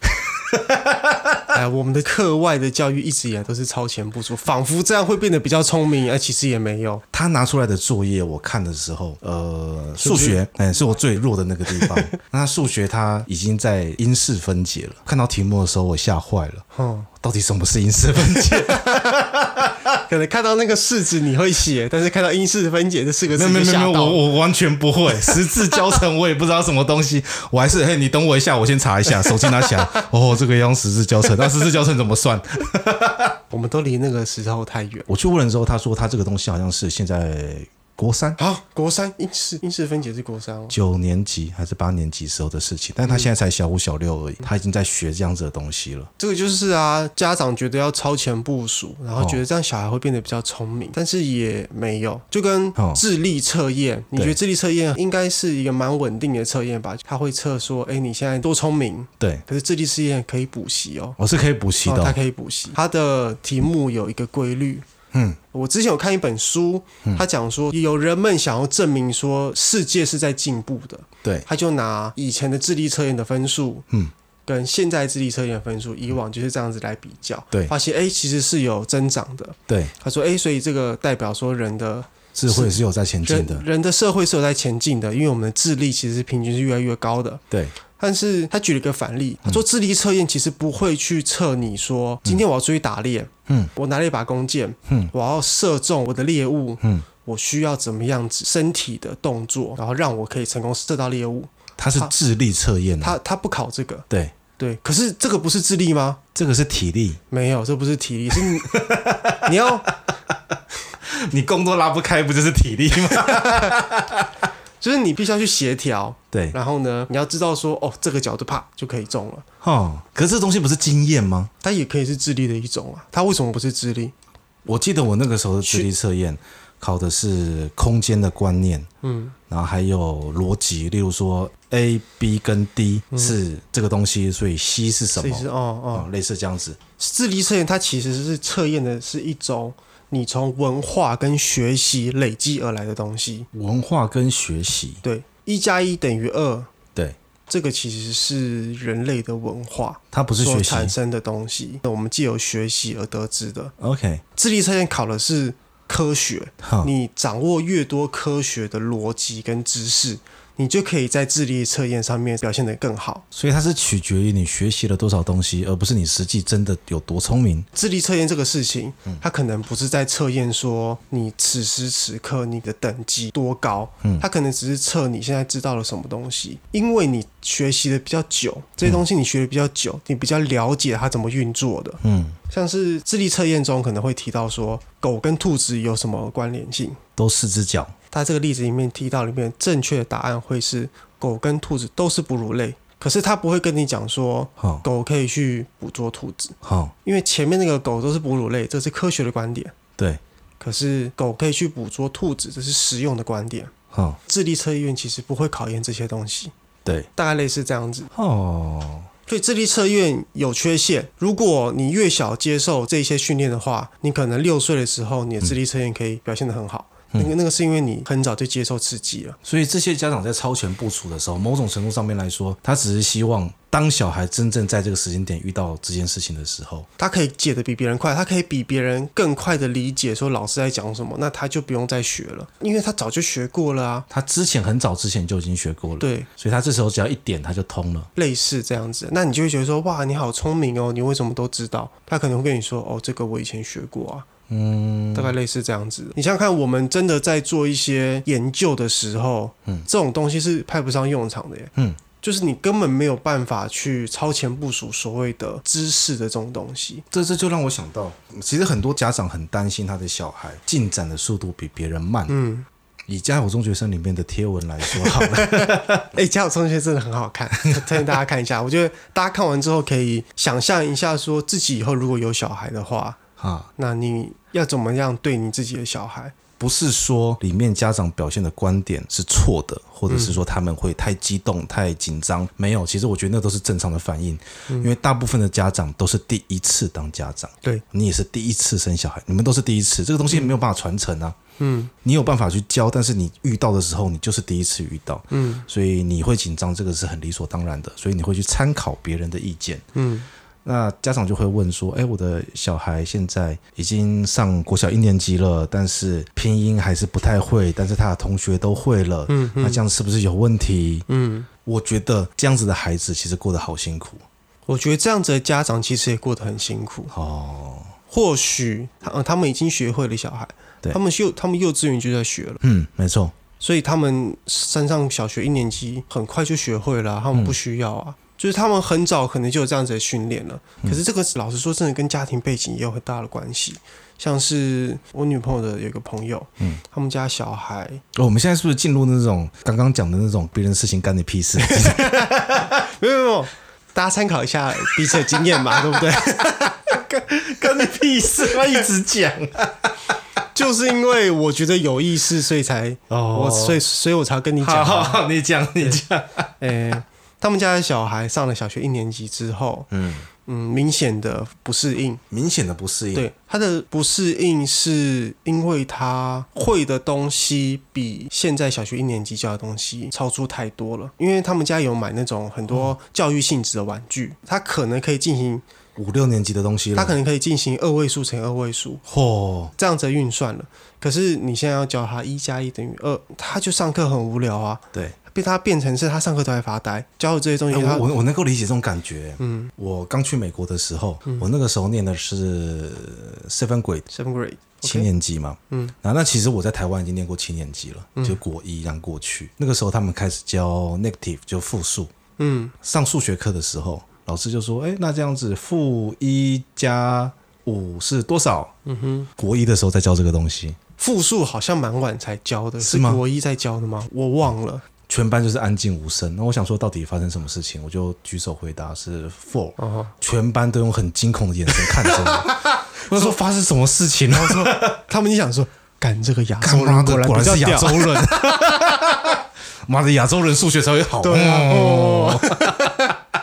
S2: 哎，我们的课外的教育一直以来都是超前部署，仿佛这样会变得比较聪明，哎，其实也没有。
S1: 他拿出来的作业，我看的时候，呃，数学，哎，是我最弱的那个地 方。那数学他已经在因式分解了，看到题目的时候，我吓坏了。
S2: 哦，
S1: 到底什么是因式分解？
S2: 可能看到那个式子你会写，但是看到因式分解这四个字
S1: 没
S2: 就
S1: 有没有
S2: 吓
S1: 没有，
S2: 到了。
S1: 我我完全不会， 十字教程我也不知道什么东西，我还是嘿，你等我一下，我先查一下，手机拿起来， 哦，这个要用十字教程，那十字教程怎么算？
S2: 我们都离那个时候太远。
S1: 我去问了之后，他说他这个东西好像是现在国三
S2: 好，国三因式因式分解是国三哦。
S1: 九年级还是八年级时候的事情，
S2: 嗯
S1: 但他现在才小五小六而已，他已经在学这样子的东西了。
S2: 这个就是啊，家长觉得要超前部署，然后觉得这样小孩会变得比较聪明，但是也没有。就跟
S1: 哦
S2: 智力测验，你觉得
S1: 对
S2: 智力测验应该是一个蛮稳定的测验吧？它会测说，哎，你现在多聪明。
S1: 对，
S2: 可是智力测验可以补习哦，
S1: 我是可以补习的
S2: 哦，它
S1: 哦，
S2: 可以补习。它的题目有一个规律。
S1: 嗯，
S2: 我之前有看一本书，他讲说有人们想要证明说世界是在进步的，
S1: 对，
S2: 他就拿以前的智力测验的分数，
S1: 嗯，
S2: 跟现在智力测验的分数，以往就是这样子来比较，
S1: 对
S2: 发现哎、诶其实是有增长的。
S1: 对，
S2: 他说哎、诶所以这个代表说人的
S1: 智慧是有在前进
S2: 人
S1: 的，
S2: 人的社会是有在前进的，因为我们的智力其实是平均是越来越高的。
S1: 对，
S2: 但是他举了一个反
S1: 嗯
S2: 例，他说智力测验其实不会去测你说，今天我要出去打猎，
S1: 嗯，
S2: 我拿了一把弓箭，
S1: 嗯，
S2: 我要射中我的猎物，
S1: 嗯，
S2: 我需要怎么样子身体的动作，然后让我可以成功射到猎物。
S1: 他是智力测验啊，
S2: 他他不考这个，
S1: 对，
S2: 对，可是这个不是智力吗？
S1: 这个是体力，
S2: 没有，这不是体力，是你你要
S1: 你弓都拉不开，不就是体力 吗？
S2: 就是你必须要去协调，
S1: 对，
S2: 然后呢，你要知道说哦，这个角度啪就可以中了。
S1: 哦，可是这东西不是经验吗？
S2: 它也可以是智力的一种啊，它为什么不是智力？
S1: 我记得我那个时候的智力测验考的是空间的观念，嗯，然后还有逻辑，例如说 A、B 跟 D 是这个东西，所以嗯 C 是什
S2: 所以
S1: 么？
S2: 是哦哦，
S1: 哦，类似这样子。
S2: 智力测验它其实是测验的是一种你从文化跟学习累积而来的东西。
S1: 文化跟学习，
S2: 对，一加一等于二，
S1: 对，
S2: 这个其实是人类的文化
S1: 它不是
S2: 所
S1: 学习。
S2: 产生的东西，我们借由学习而得知的。
S1: OK，
S2: 智力测验考的是科学，
S1: 好，
S2: 你掌握越多科学的逻辑跟知识，你就可以在智力测验上面表现得更好。
S1: 所以它是取决于你学习了多少东西，而不是你实际真的有多聪明。
S2: 智力测验这个事情，它可能不是在测验说你此时此刻你的等级多高，它可能只是测你现在知道了什么东西。因为你学习的比较久，这些东西你学的比较久，你比较了解它怎么运作的。
S1: 嗯，
S2: 像是智力测验中可能会提到说狗跟兔子有什么关联性，
S1: 都四只脚。
S2: 它这个例子里面提到，里面正确的答案会是狗跟兔子都是哺乳类，可是它不会跟你讲说
S1: 好，
S2: 狗可以去捕捉兔子，
S1: 好，
S2: 因为前面那个狗都是哺乳类，这是科学的观点。
S1: 对，
S2: 可是狗可以去捕捉兔子，这是实用的观点。
S1: 好，
S2: 智力测验其实不会考验这些东西，
S1: 对，
S2: 大概类似这样子。
S1: 哦，
S2: 所以智力测验有缺陷，如果你越小接受这些训练的话，你可能六岁的时候，你的智力测验可以表现得很好。那个那个是因为你很早就接受刺激了。
S1: 所以这些家长在超前部署的时候，某种程度上面来说，他只是希望当小孩真正在这个时间点遇到这件事情的时候，
S2: 他可以解得比别人快，他可以比别人更快的理解说老师在讲什么，那他就不用再学了，因为他早就学过了啊。
S1: 他之前很早之前就已经学过了，，
S2: 对，
S1: 所以他这时候只要一点他就通了。
S2: 类似这样子，那你就会觉得说哇，你好聪明哦，你为什么都知道？他可能会跟你说哦，这个我以前学过啊，嗯，大概类似这样子。你想想看，我们真的在做一些研究的时候，嗯，这种东西是派不上用场的耶，
S1: 嗯，
S2: 就是你根本没有办法去超前部署所谓的知识的这种东西。
S1: 这这就让我想到，其实很多家长很担心他的小孩进展的速度比别人慢。嗯，以家有中学生里面的贴文来说好 了，
S2: 哎、家有中学真的很好看， 推荐大家看一下。我觉得大家看完之后可以想象一下，说自己以后如果有小孩的话，
S1: 啊，
S2: 那你要怎么样对你自己的小孩？
S1: 不是说里面家长表现的观点是错的，或者是说他们会太激动、太紧张，没有，其实我觉得那都是正常的反应，因为大部分的家长都是第一次当家长，
S2: 对，
S1: 你也是第一次生小孩，你们都是第一次，这个东西没有办法传承啊。
S2: 嗯，
S1: 你有办法去教，但是你遇到的时候，你就是第一次遇到，
S2: 嗯，
S1: 所以你会紧张，这个是很理所当然的，所以你会去参考别人的意见，
S2: 嗯，
S1: 那家长就会问说，哎，我的小孩现在已经上国小一年级了，但是拼音还是不太会，但是他的同学都会了，嗯，那这样是不是有问题？
S2: 嗯，
S1: 我觉得这样子的孩子其实过得好辛苦
S2: 我觉得这样子的家长其实也过得很辛苦。
S1: 哦，
S2: 或许他、呃、他们已经学会了小孩，
S1: 对
S2: 他们幼他们幼稚园就在学了，
S1: 嗯，没错，
S2: 所以他们山上小学一年级很快就学会了啊、他们不需要啊。
S1: 嗯
S2: 就是他们很早可能就有这样子的训练了，可是这个老实说，真的跟家庭背景也有很大的关系。像是我女朋友的有一个朋友，
S1: 嗯，
S2: 他们家小孩
S1: 哦我们现在是不是进入那种刚刚讲的那种别人的事情干你屁事？
S2: 没有没有没有，大家参考一下彼此的经验嘛，对不 对？
S1: 干你屁事！ 他一直讲。
S2: 就是因为我觉得有意思，所以才、
S1: 哦
S2: 我所以所以我才跟你讲
S1: 好
S2: 啊、
S1: 好好，你讲你讲。
S2: 诶、他们家的小孩上了小学一年级之后，
S1: 嗯，
S2: 嗯，明显的不适应。
S1: 明显的不适应。，
S2: 对，他的不适应是因为他会的东西比现在小学一年级教的东西超出太多了。因为他们家有买那种很
S1: 哦
S2: 多教育性质的玩具，他可能可以进行，
S1: 五六年级的东西
S2: 他
S1: 了。
S2: 可能可以进行二位数乘二位数
S1: 嚯、
S2: 这样子的运算了。可是你现在要教他一加一等于二，他就上课很无聊啊，
S1: 对，
S2: 被他变成是他上课都在发呆，教的这些东西
S1: 哎
S2: 他
S1: 我我我能够理解这种感觉。嗯，我刚去美国的时候，我那个时候念的是 seven grade
S2: seven grade
S1: 七
S2: OK。
S1: 年级嘛。
S2: 嗯，
S1: 然后那其实我在台湾已经念过七年级了，就国一这样过去。那个时候他们开始教 negative，就复数。
S2: 嗯，
S1: 上数学课的时候，老师就说：“哎、那这样子，负一加五是多少？”嗯哼，国一的时候在教这个东西，
S2: 复数好像蛮晚才教的，
S1: 是
S2: 是
S1: 吗
S2: 国一在教的吗？我忘了。
S1: 全班就是安静无声。那我想说，到底发生什么事情？我就举手回答是 four，、
S2: 哦，
S1: 全班都用很惊恐的眼神看着我。 我就说发生什么事情了？我 说
S2: 他们就想说，干这个亚
S1: 干
S2: 洲
S1: 妈
S2: 人
S1: 的
S2: 果
S1: 果然
S2: 比较
S1: 是亚
S2: 屌
S1: 洲， 人，妈的亚洲人数学才会好。
S2: 对啊，
S1: 哦
S2: 哦，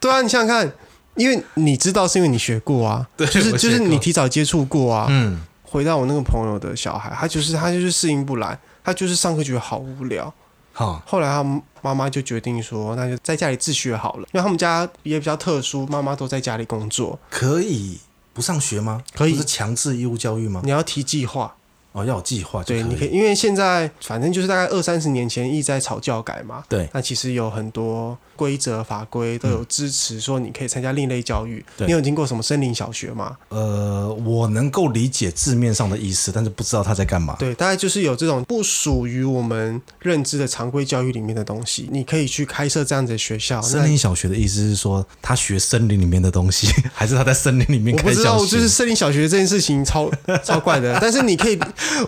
S2: 对啊，你想想看，因为你知道是因为你学过啊，
S1: 对
S2: 就是
S1: 我学过
S2: 就是你提早接触过啊。
S1: 嗯，
S2: 回到我那个朋友的小孩，他就是他就是适应不来，他就是上课觉得好无聊。
S1: 好，
S2: 后来他妈妈就决定说，那就在家里自学好了，因为他们家也比较特殊，妈妈都在家里工作，
S1: 可以不上学吗？
S2: 可以
S1: 不是强制义务教育吗？
S2: 你要提计划。
S1: 哦，要有计划就
S2: 对，你可
S1: 以
S2: 以，因为现在反正就是大概二三十年前一直在吵教改嘛，
S1: 对
S2: 那其实有很多规则法规都有支持说你可以参加另类教育。
S1: 对
S2: 你有听过什么森林小学吗？
S1: 呃，我能够理解字面上的意思，但是不知道他在干嘛。
S2: 对，大概就是有这种不属于我们认知的常规教育里面的东西，你可以去开设这样子的学校。
S1: 森
S2: 那
S1: 林小学的意思是说，他学森林里面的东西， 还是他在森林里面
S2: 我不
S1: 开
S2: 知
S1: 教
S2: 道，
S1: 室？
S2: 就是森林小学这件事情超 超怪的，但是你可以，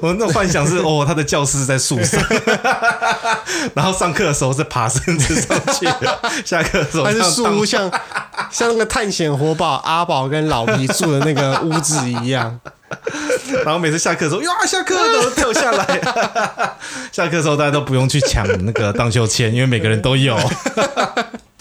S1: 我那幻想 是，哦，他的教室是在树上， 然后上课的时候是爬绳子上 去，下课的时候
S2: 还是
S1: 像
S2: 树
S1: 荡
S2: 屋像 像那个探险活宝阿宝跟老皮住的那个屋子一样。
S1: 然后每次下课的时候，呀，下课了，跳下 来。下课的时候大家都不用去抢那个荡秋千，因为每个人都有。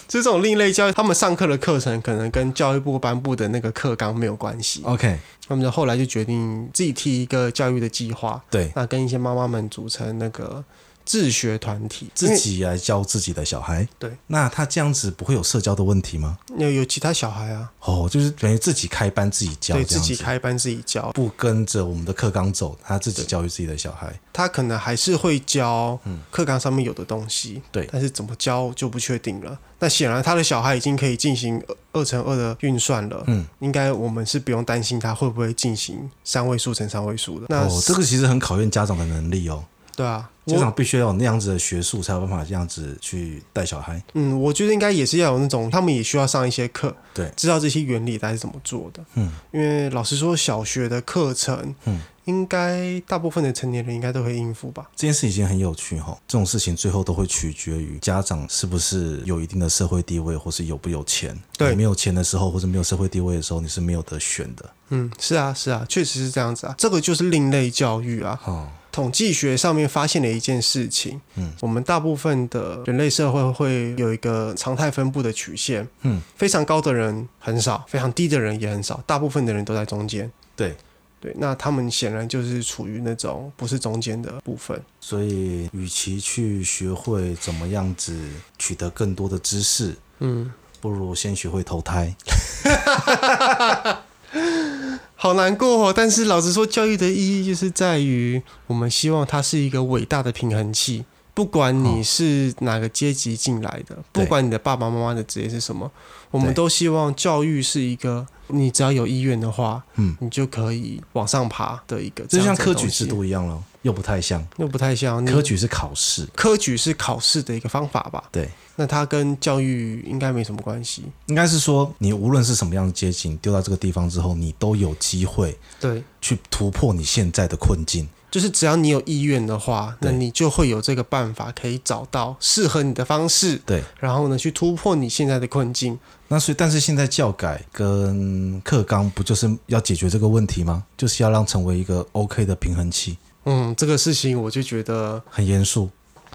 S2: 这种另类教育，他们上课的课程可能跟教育部颁布的那个课纲没有关系，
S1: OK，
S2: 他们就后来就决定自己提一个教育的计划，
S1: 对，
S2: 那跟一些妈妈们组成那个自学团体，
S1: 自己来教自己的小孩。
S2: 对，
S1: 那他这样子不会有社交的问题吗？
S2: 有有其他小孩啊，
S1: 哦，就是等于自己开班自己教，
S2: 对
S1: 这
S2: 自
S1: 样
S2: 己
S1: 子
S2: 开班自己教，
S1: 不跟着我们的课纲走，他自己教育自己的小孩。
S2: 他可能还是会教课纲上面有的东西，
S1: 嗯对
S2: 但是怎么教就不确定了。那显然他的小孩已经可以进行二二乘二的运算了，
S1: 嗯，
S2: 应该我们是不用担心他会不会进行三位数乘三位数的。那、
S1: 哦，这个其实很考验家长的能力哦，
S2: 对啊，
S1: 家
S2: 我
S1: 长必须要有那样子的学术，才有办法这样子去带小孩。
S2: 嗯，我觉得应该也是要有那种，他们也需要上一些课，
S1: 对
S2: 知道这些原理大概是怎么做的。
S1: 嗯，
S2: 因为老实说，小学的课程，
S1: 嗯，
S2: 应该大部分的成年人应该都会应付吧。
S1: 这件事已经很有趣哈、这种事情最后都会取决于家长是不是有一定的社会地位，或是有不有钱。
S2: 对
S1: 你没有钱的时候，或者没有社会地位的时候，你是没有得选的。
S2: 嗯，是啊，是啊，确实是这样子啊，这个就是另类教育啊。
S1: 哦，
S2: 统计学上面发现了一件事情，
S1: 嗯，
S2: 我们大部分的人类社会会有一个常态分布的曲线，
S1: 嗯，
S2: 非常高的人很少，非常低的人也很少，大部分的人都在中间。
S1: 对，
S2: 对，那他们显然就是处于那种不是中间的部分。
S1: 所以与其去学会怎么样子取得更多的知识，
S2: 嗯，
S1: 不如先学会投胎。
S2: 好难过哦。但是老实说，教育的意义就是在于，我们希望它是一个伟大的平衡器。不管你是哪个阶级进来的，不
S1: 对
S2: 管你的爸爸妈妈的职业是什么，我们
S1: 对
S2: 都希望教育是一个，你只要有意愿的话，
S1: 嗯，
S2: 你就可以往上爬的一个。
S1: 这就像
S2: 样子的
S1: 科举
S2: 东西
S1: 制，度一样咯，又不太像。
S2: 又不太像。
S1: 科
S2: 科
S1: 举是考试，
S2: 科举是考试的一个方法吧？
S1: 对，
S2: 那它跟教育应该没什么关系。
S1: 应该是说你无论是什么样的阶级，你丢到这个地方之后，你都有机会
S2: 对，
S1: 去突破你现在的困境。
S2: 就是只要你有意愿的话，那
S1: 对
S2: 你就会有这个办法可以找到适合你的方式，
S1: 对，
S2: 然后呢去突破你现在的困境。
S1: 那所以，但是现在教改跟课纲不就是要解决这个问题吗？就是要让成为一个 OK 的平衡器，
S2: 嗯，这个事情我就觉得
S1: 很严肃。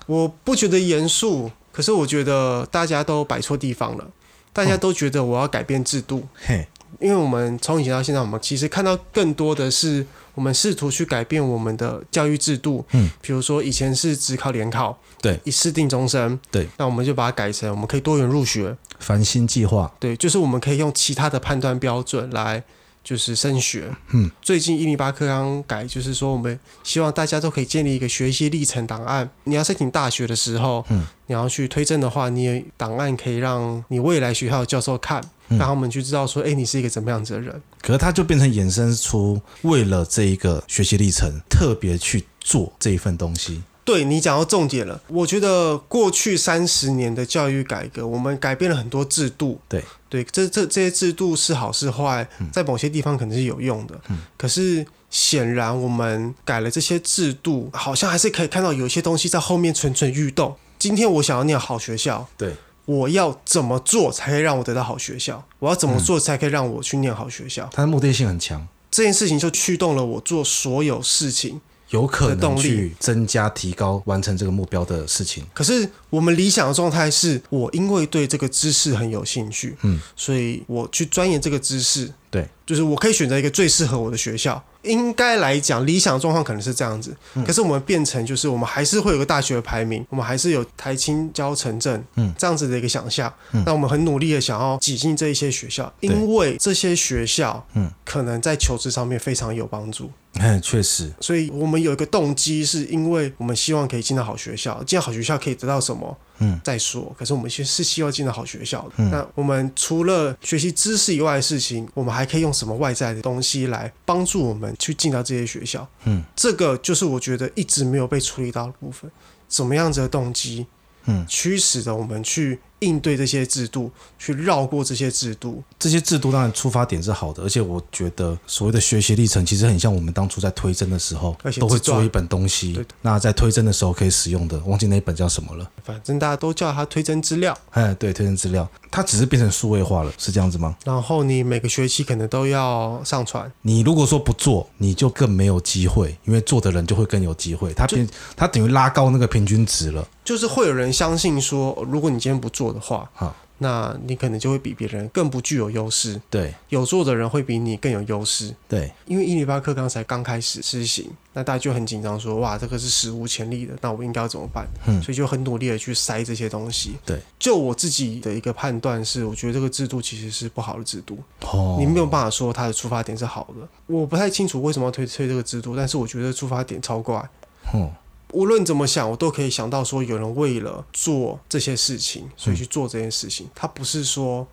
S2: 我不觉得严肃，可是我觉得大家都摆错地方了，大家都觉得我要改变制度，
S1: 嘿，
S2: 因为我们从以前到现在，我们其实看到更多的是我们试图去改变我们的教育制度。
S1: 嗯，
S2: 比如说以前是只考联考，
S1: 对，
S2: 一试定终身，
S1: 对，
S2: 那我们就把它改成我们可以多元入学，
S1: 繁星计划，
S2: 对，就是我们可以用其他的判断标准来就是升学。
S1: 嗯，
S2: 最近一零八课纲改，就是说我们希望大家都可以建立一个学习历程档案。你要申请大学的时候，
S1: 嗯，
S2: 你要去推甄的话，你也档案可以让你未来学校的教授看，
S1: 嗯
S2: 让他们去知道说，哎，你是一个怎么样子的人。
S1: 可是它就变成衍生出为了这一个学习历程，特别去做这一份东西。
S2: 对你讲到重点了，我觉得过去三十年的教育改革，我们改变了很多制度。
S1: 对
S2: 对，这这这些制度是好是坏，在某些地方可能是有用的。可是显然我们改了这些制度，好像还是可以看到有一些东西在后面蠢蠢欲动。今天我想要念好学校，
S1: 对，
S2: 我要怎么做才可以让我得到好学校？我要怎么做才可以让我去念好学校？
S1: 它的目的性很强，
S2: 这件事情就驱动了我做所有事情。
S1: 有可
S2: 的动
S1: 能
S2: 力
S1: 去增加、提高完成这个目标的事情。
S2: 可是我们理想的状态是我因为对这个知识很有兴趣，
S1: 嗯，
S2: 所以我去钻研这个知识，
S1: 对，
S2: 就是我可以选择一个最适合我的学校。应该来讲，理想的状况可能是这样子，
S1: 嗯
S2: 可是我们变成就是我们还是会有个大学的排名，我们还是有台青交城镇，
S1: 嗯，
S2: 这样子的一个想象。
S1: 嗯
S2: 那我们很努力的想要挤进这一些学校，
S1: 对
S2: 因为这些学校，
S1: 嗯，
S2: 可能在求职上面非常有帮助。
S1: 嗯，确实，
S2: 所以我们有一个动机，是因为我们希望可以进到好学校，进到好学校可以得到什么？
S1: 嗯，
S2: 再说。可是我们其实是希望进到好学校的。
S1: 嗯
S2: 那我们除了学习知识以外的事情，我们还可以用什么外在的东西来帮助我们去进到这些学校？
S1: 嗯，
S2: 这个就是我觉得一直没有被处理到的部分。怎么样子的动机，
S1: 嗯
S2: 驱使着我们去应对这些制度，去绕过这些制度？
S1: 这些制度当然出发点是好的，而且我觉得所谓的学习历程其实很像我们当初在推甄的时候
S2: 而且
S1: 都会
S2: 自传
S1: 做一本东
S2: 对
S1: 西，那在推甄的时候可以使用的，忘记那一本叫什么了。
S2: 反正大家都叫它推甄资料。
S1: 哎，对，推甄资料，它只是变成数位化了，是这样子吗？
S2: 然后你每个学期可能都要上传，
S1: 你如果说不做，你就更没有机会，因为做的人就会更有机会，它变它等于拉高那个平均值了。
S2: 就是会有人相信说，如果你今天不做的话，
S1: 好，
S2: 那你可能就会比别人更不具有优势。
S1: 对
S2: 有做的人会比你更有优势，
S1: 对
S2: 因为伊尼巴克刚才刚开始施行，那大家就很紧张说，哇，这个是史无前例的，那我应该要怎么办？
S1: 嗯
S2: 所以就很努力的去塞这些东西。
S1: 对，
S2: 就我自己的一个判断是，我觉得这个制度其实是不好的制度，
S1: 哦，
S2: 你没有办法说它的出发点是好的。我不太清楚为什么要推推这个制度，但是我觉得出发点超怪。
S1: 嗯
S2: 无论怎么想，我都可以想到说，有人为了做这些事
S1: 嗯
S2: 情，所以去做这件事情。他不是说，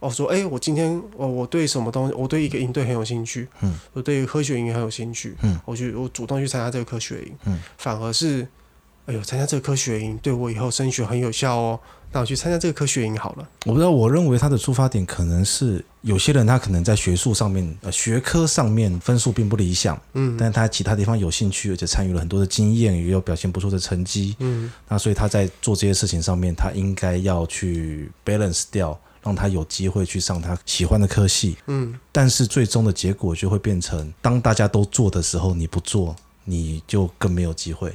S2: 哦，说，哎、我今天，哦，我对什么东西，我对一个营队很有兴趣，
S1: 嗯，
S2: 我对科学营很有兴趣，
S1: 嗯，
S2: 我去，我主动去参加这个科学营，
S1: 嗯，
S2: 反而是，哎呦，参加这个科学营对我以后升学很有效哦，那我去参加这个科学营好了。
S1: 我不知道，我认为他的出发点可能是有些人他可能在学术上面、呃学科上面分数并不理想，
S2: 嗯
S1: 但他其他地方有兴趣，而且参与了很多的经验，也有表现不错的成绩。
S2: 嗯，
S1: 那所以他在做这些事情上面，他应该要去 balance 掉，让他有机会去上他喜欢的科系。
S2: 嗯，
S1: 但是最终的结果就会变成，当大家都做的时候，你不做，你就更没有机会。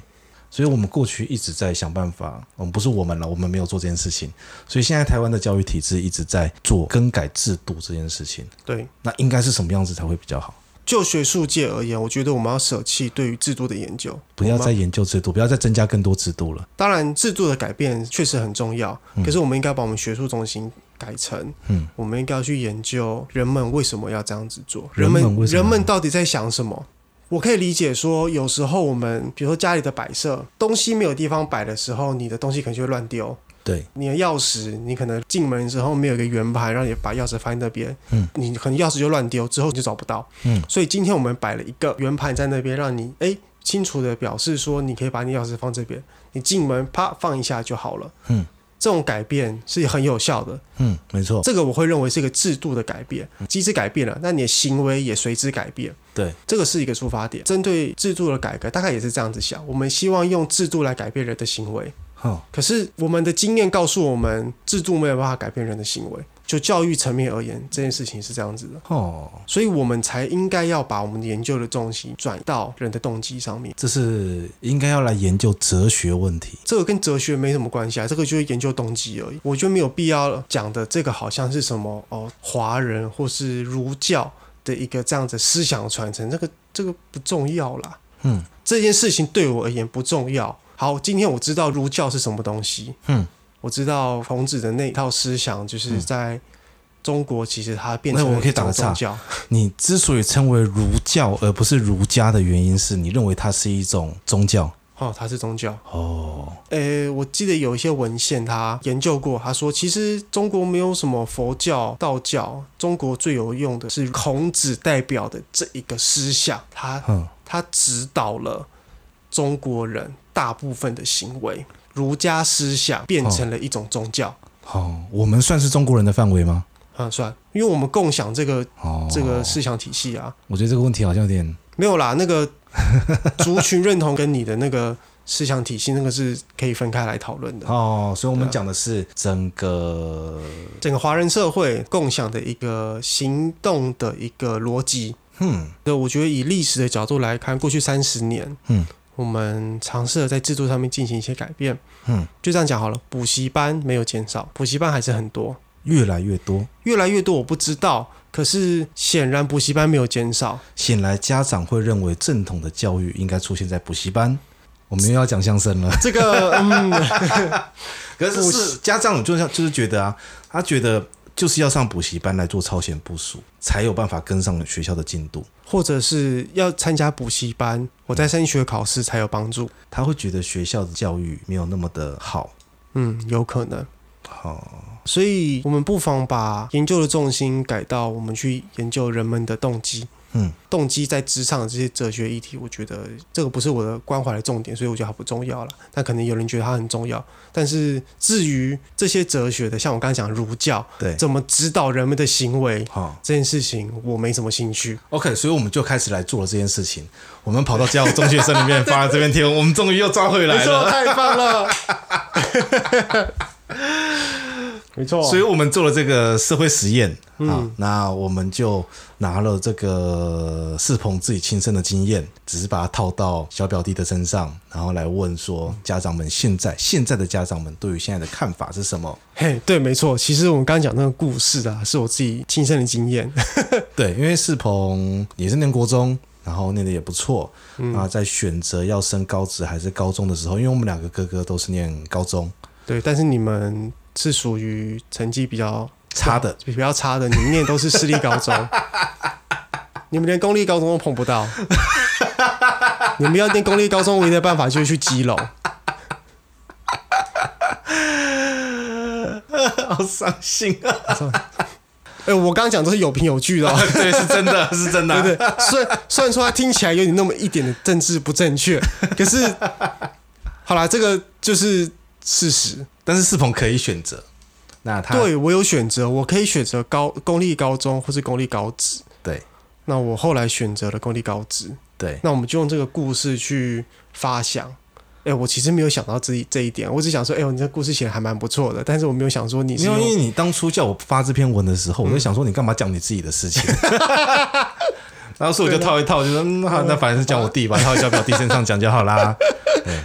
S1: 所以我们过去一直在想办法，我们不是我们了，我们没有做这件事情。所以现在台湾的教育体制一直在做更改制度这件事情，
S2: 对。
S1: 那应该是什么样子才会比较好？
S2: 就学术界而言，我觉得我们要舍弃对于制度的研究，
S1: 不要
S2: 我们
S1: 再研究制度，不要再增加更多制度了。
S2: 当然，制度的改变确实很重要，可是我们应该把我们学术中心改成，
S1: 嗯，
S2: 我们应该要去研究人们为什么要这样子做，
S1: 人们
S2: 们
S1: 为什么
S2: 人们到底在想什么。我可以理解说，有时候我们比如说家里的摆设，东西没有地方摆的时候，你的东西可能就会乱丢。
S1: 对，
S2: 你的钥匙，你可能进门之后没有一个圆盘，让你把钥匙放在那边，
S1: 嗯，
S2: 你可能钥匙就乱丢，之后你就找不到，
S1: 嗯
S2: 所以今天我们摆了一个圆盘在那边，让你诶清楚的表示说，你可以把你钥匙放这边，你进门啪放一下就好了，
S1: 嗯，
S2: 这种改变是很有效的，
S1: 嗯，没错，
S2: 这个我会认为是一个制度的改变，
S1: 嗯
S2: 机制改变了，那你的行为也随之改变。
S1: 对，
S2: 这个是一个出发点。针对制度的改革，大概也是这样子想。我们希望用制度来改变人的行为，
S1: 好，
S2: 可是我们的经验告诉我们，制度没有办法改变人的行为。就教育层面而言，这件事情是这样子的，
S1: 哦，
S2: 所以我们才应该要把我们研究的重心转到人的动机上面。
S1: 这是应该要来研究哲学问题。
S2: 这个跟哲学没什么关系啊，这个就是研究动机而已。我觉得没有必要讲的这个好像是什么哦，华人或是儒教的一个这样子思想传承，这个这个不重要啦。
S1: 嗯
S2: 这件事情对我而言不重要。好，今天我知道儒教是什么东西，
S1: 嗯，
S2: 我知道孔子的那一套思想，就是在中国其实它变
S1: 那
S2: 成
S1: 我
S2: 了
S1: 可以
S2: 一
S1: 打
S2: 种
S1: 个岔
S2: 宗教，
S1: 你之所以称为儒教而不是儒家的原因是你认为它是一种宗教
S2: 哦，它是宗教。
S1: 哦，
S2: 呃，我记得有一些文献他研究过，他说其实中国没有什么佛教、道教，中国最有用的是孔子代表的这一个思想，他
S1: 嗯，
S2: 他指导了中国人大部分的行为。儒家思想变成了一种宗教，
S1: 哦，我们算是中国人的范围吗？
S2: 啊、算，因为我们共享这个
S1: 哦，
S2: 这个思想体系啊，
S1: 我觉得这个问题好像有点
S2: 没有啦，那个族群认同跟你的那个思想体系，那个是可以分开来讨论的。
S1: 哦，所以我
S2: 对
S1: 们
S2: 啊
S1: 讲的是整个
S2: 整个华人社会共享的一个行动的一个逻辑。
S1: 嗯
S2: 那我觉得以历史的角度来看，过去三十年，
S1: 嗯，
S2: 我们尝试了在制度上面进行一些改变。
S1: 嗯，
S2: 就这样讲好了，补习班没有减少，补习班还是很多，
S1: 越来越多，
S2: 越来越多我不知道，可是显然补习班没有减少。
S1: 显然家长会认为正统的教育应该出现在补习班。我们又要讲相声了，
S2: 这个，嗯，
S1: 可
S2: 补
S1: 是是家长就像就是觉得啊，他觉得就是要上补习班来做超前部署，才有办法跟上学校的进度。
S2: 或者是要参加补习班，我在升学考试才有帮助。
S1: 他会觉得学校的教育没有那么的好。
S2: 嗯，有可能。
S1: 好，
S2: 所以，我们不妨把研究的重心改到我们去研究人们的动机。
S1: 嗯，
S2: 动机在职场这些哲学议题，我觉得这个不是我的关怀的重点，所以我觉得它不重要了。但可能有人觉得它很重要。但是至于这些哲学的，像我刚才讲儒教
S1: 对，
S2: 怎么指导人们的行为
S1: 好
S2: 这件事情，我没什么兴趣。
S1: ，OK，所以我们就开始来做了这件事情。我们跑到教中学生里面，发了这篇贴文，我们 终于又抓回来
S2: 没错，
S1: 了。
S2: 太棒了！ 没错，
S1: 所以我们做了这个社会实验啊，那我们就拿了这个世鹏自己亲身的经验，只是把它套到小表弟的身上，然后来问说家长们现在现在的家长们对于现在的看法是什么？
S2: 嘿，对，没错。其实我们刚刚讲那个故事啊，是我自己亲身的经验。
S1: 对，因为世鹏也是念国中，然后念的也不错，啊，在选择要升高职还是高中的时候，因为我们两个哥哥都是念高中，
S2: 对，但是你们是属于成绩比较
S1: 差的，
S2: 比较差的，你们念都是私立高中，你们连公立高中都碰不到。你们要念公立高中，唯一的办法就是去基隆。
S1: 好伤心啊！
S2: 哎、我刚刚讲都是有凭有据的、哦。
S1: 对，是真的，是真的 啊，
S2: 对对，虽然虽然说它听起来有点那么一点的政治不正确，可是好啦，这个就是事实。
S1: 但是世鹏可以选择，那他
S2: 对我有选择，我可以选择高公立高中或是公立高职。
S1: 对
S2: 那我后来选择了公立高职，
S1: 对
S2: 那我们就用这个故事去发想。哎、我其实没有想到这一这一点，我只想说，哎、呦，你这故事写的还蛮不错的，但是我没有想说你是
S1: 因为
S2: 用嗯
S1: 因为你当初叫我发这篇文的时候，我就想说你干嘛讲你自己的事 情， 然后所以我就套一套，就说嗯，
S2: 啊
S1: 好，那反正是讲我弟
S2: 嗯
S1: 吧，套在小表弟身上讲就好啦。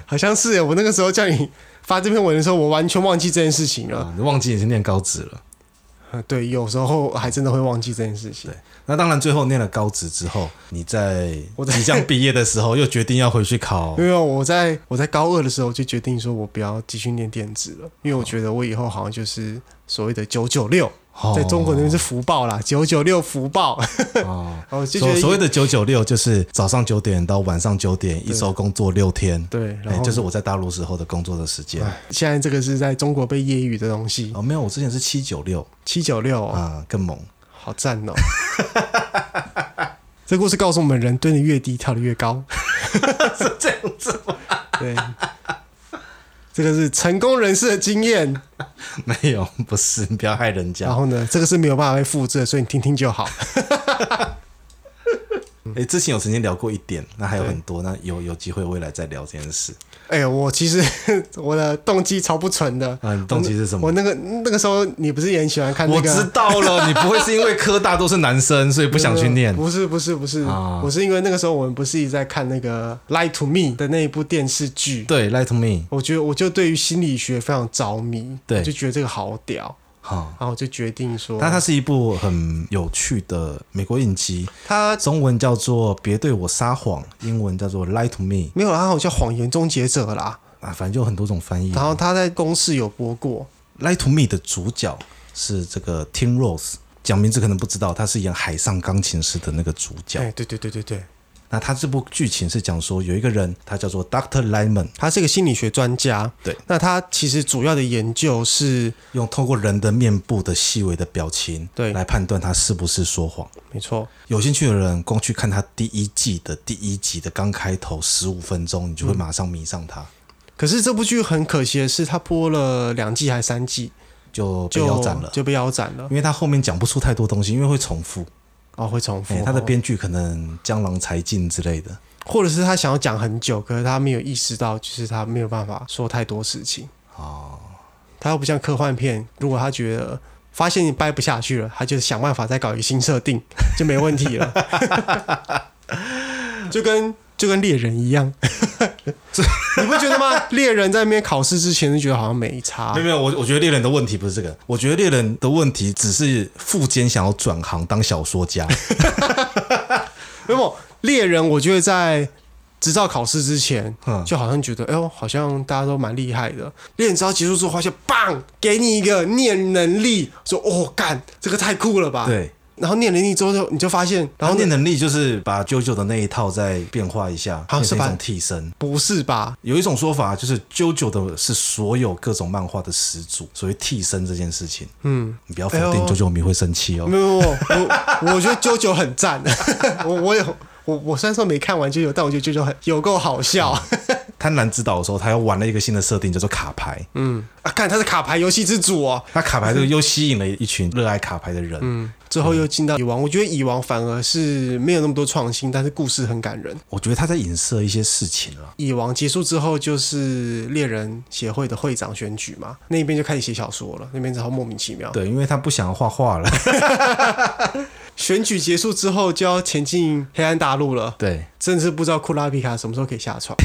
S2: 好像是耶我那个时候叫你 发这篇文的时候，我完全忘记这件事情了。
S1: 啊，你忘记你是念高职了。嗯
S2: 呃对，有时候还真的会忘记这件事情。
S1: 那当然，最后念了高职之后，你在
S2: 我在
S1: 即将毕业的时候，又决定要回去考
S2: 因。为我在我在高二的时候就决定说，我不要继续念电子了，因为我觉得我以后好像就是所谓的九九六，
S1: 哦
S2: 在中国那边是福报啦，九九六福报，
S1: 哦，
S2: 然后就觉
S1: 所
S2: 得
S1: 所谓的九九六就是早上九点到晚上九点，一周工作六天。
S2: 对，然
S1: 哎
S2: 后
S1: 就是我在大陆时候的工作的时间。
S2: 哎现在这个是在中国被揶揄的东西，
S1: 哦，没有，我之前是七九六
S2: 七九六
S1: 啊，更猛。
S2: 好赞哦。 这故事告诉我们，人蹲的越低，跳的 越高，是这样子吗？ 对，这个是成功人士的经验。
S1: 没有，不是，你不要害人家
S2: 然。后呢，这个是没有办法被复制的，所以你听听就好。
S1: 哎、之前有曾经聊过一点，那还有很多，那有有机会未来再聊这件事。
S2: 哎、我其实 我的动机超不纯的。
S1: 啊，你动机是什
S2: 我
S1: 么？
S2: 那个那个时候，你不是也很喜欢看那
S1: 我
S2: 个？
S1: 知道了，你不会是因为科大都是男生，所以不想去念
S2: 呃不是不是不是，
S1: 啊
S2: 我是因为那个时候我们不是一直在看那个《Lie to Me》的那一部电视剧，
S1: 对，Lie to me，
S2: 我觉得我就对于心理学非常着迷，
S1: 对
S2: 我就觉得这个好屌，
S1: 好、
S2: 然后我就决定说，
S1: 但它是一部很有趣的美国影集，
S2: 他
S1: 中文叫做《别对我撒谎》，英文叫做《Lie to Me
S2: 没有啦，他好像叫《谎言终结者》啦，》
S1: 啊，反正就有很多种翻译。
S2: 然后他在公视有播过，
S1: 《Lie to Me》的主角是这个 Tim Rose，讲名字可能不知道，他是演《海上钢琴师》的那个主角。
S2: 哎，对对对对对，
S1: 那他这部剧情是讲说有一个人，他叫做 Doctor Lyman，
S2: 他是一个心理学专家，
S1: 对，
S2: 那他其实主要的研究是
S1: 用透过人的面部的细微的表情，
S2: 对
S1: 来判断他是不是说谎。
S2: 没错，
S1: 有兴趣的人，光去看他第一季的第一集的刚开头十五分钟，你就会马上迷上他，
S2: 可是这部剧很可惜的是，它播了两季还是三季，
S1: 就被
S2: 就
S1: 腰斩了。
S2: 就被腰斩了。
S1: 因为他后面讲不出太多东西，因为会重复。
S2: 哦，会重复
S1: 哎、。他的
S2: 哦，
S1: 编剧可能江郎才尽之类的。
S2: 或者是他想要讲很久，可是他没有意识到，就是他没有办法说太多事情。
S1: 哦，
S2: 他又不像科幻片，如果他觉得发现你掰不下去了，他就想办法再搞一个新设定， 就没问题了。 就跟就跟猎人一样， 你不觉得吗？猎人在那边考试之前就觉得好像没差
S1: 没有，没有，我我觉得猎人的问题不是这个，我觉得猎人的问题只是富坚想要转行当小说家。
S2: 没有猎人，我觉得在执照考试之前
S1: 嗯，
S2: 就好像觉得，哎呦，好像大家都蛮厉害的。猎人执照结束之后，发现，棒，给你一个念能力，说，哦，干，这个太酷了吧？。
S1: 对，
S2: 然后念能力之后，你就发现，然
S1: 然
S2: 后
S1: 后念
S2: 念
S1: 能力就是把啾啾的那一套再变化一下，
S2: 好
S1: 变
S2: 是
S1: 成一
S2: 吧
S1: 种替身。
S2: 不是吧？
S1: 有一种说法就是啾啾的是所有各种漫画的始祖，所谓替身这件事情。嗯，你不要否
S2: 哎
S1: 定
S2: 呦
S1: 啾啾迷会生气哦
S2: 没。有，没有我我觉得啾啾很 赞，我我有我我虽然说没看完啾啾，但我觉得啾啾很有够好笑。
S1: 贪婪之岛》的时候，他又玩了一个新的设定，叫做卡牌。
S2: 嗯啊，看他是卡牌游戏之主哦，
S1: 那卡牌这个又吸引了一群热爱卡牌的人。
S2: 最后又进到蚁王，我觉得蚁王反而是没有那么多创新，但是故事很感人。
S1: 我觉得他在影射一些事情了。
S2: 蚁王结束之后就是猎人协会的会长选举嘛，那边就开始写小说了，那边超莫名其妙。
S1: 对，因为他不想画画了。
S2: 选举结束之后就要前进黑暗大陆了，
S1: 对，
S2: 真是不知道库拉皮卡什么时候可以下船。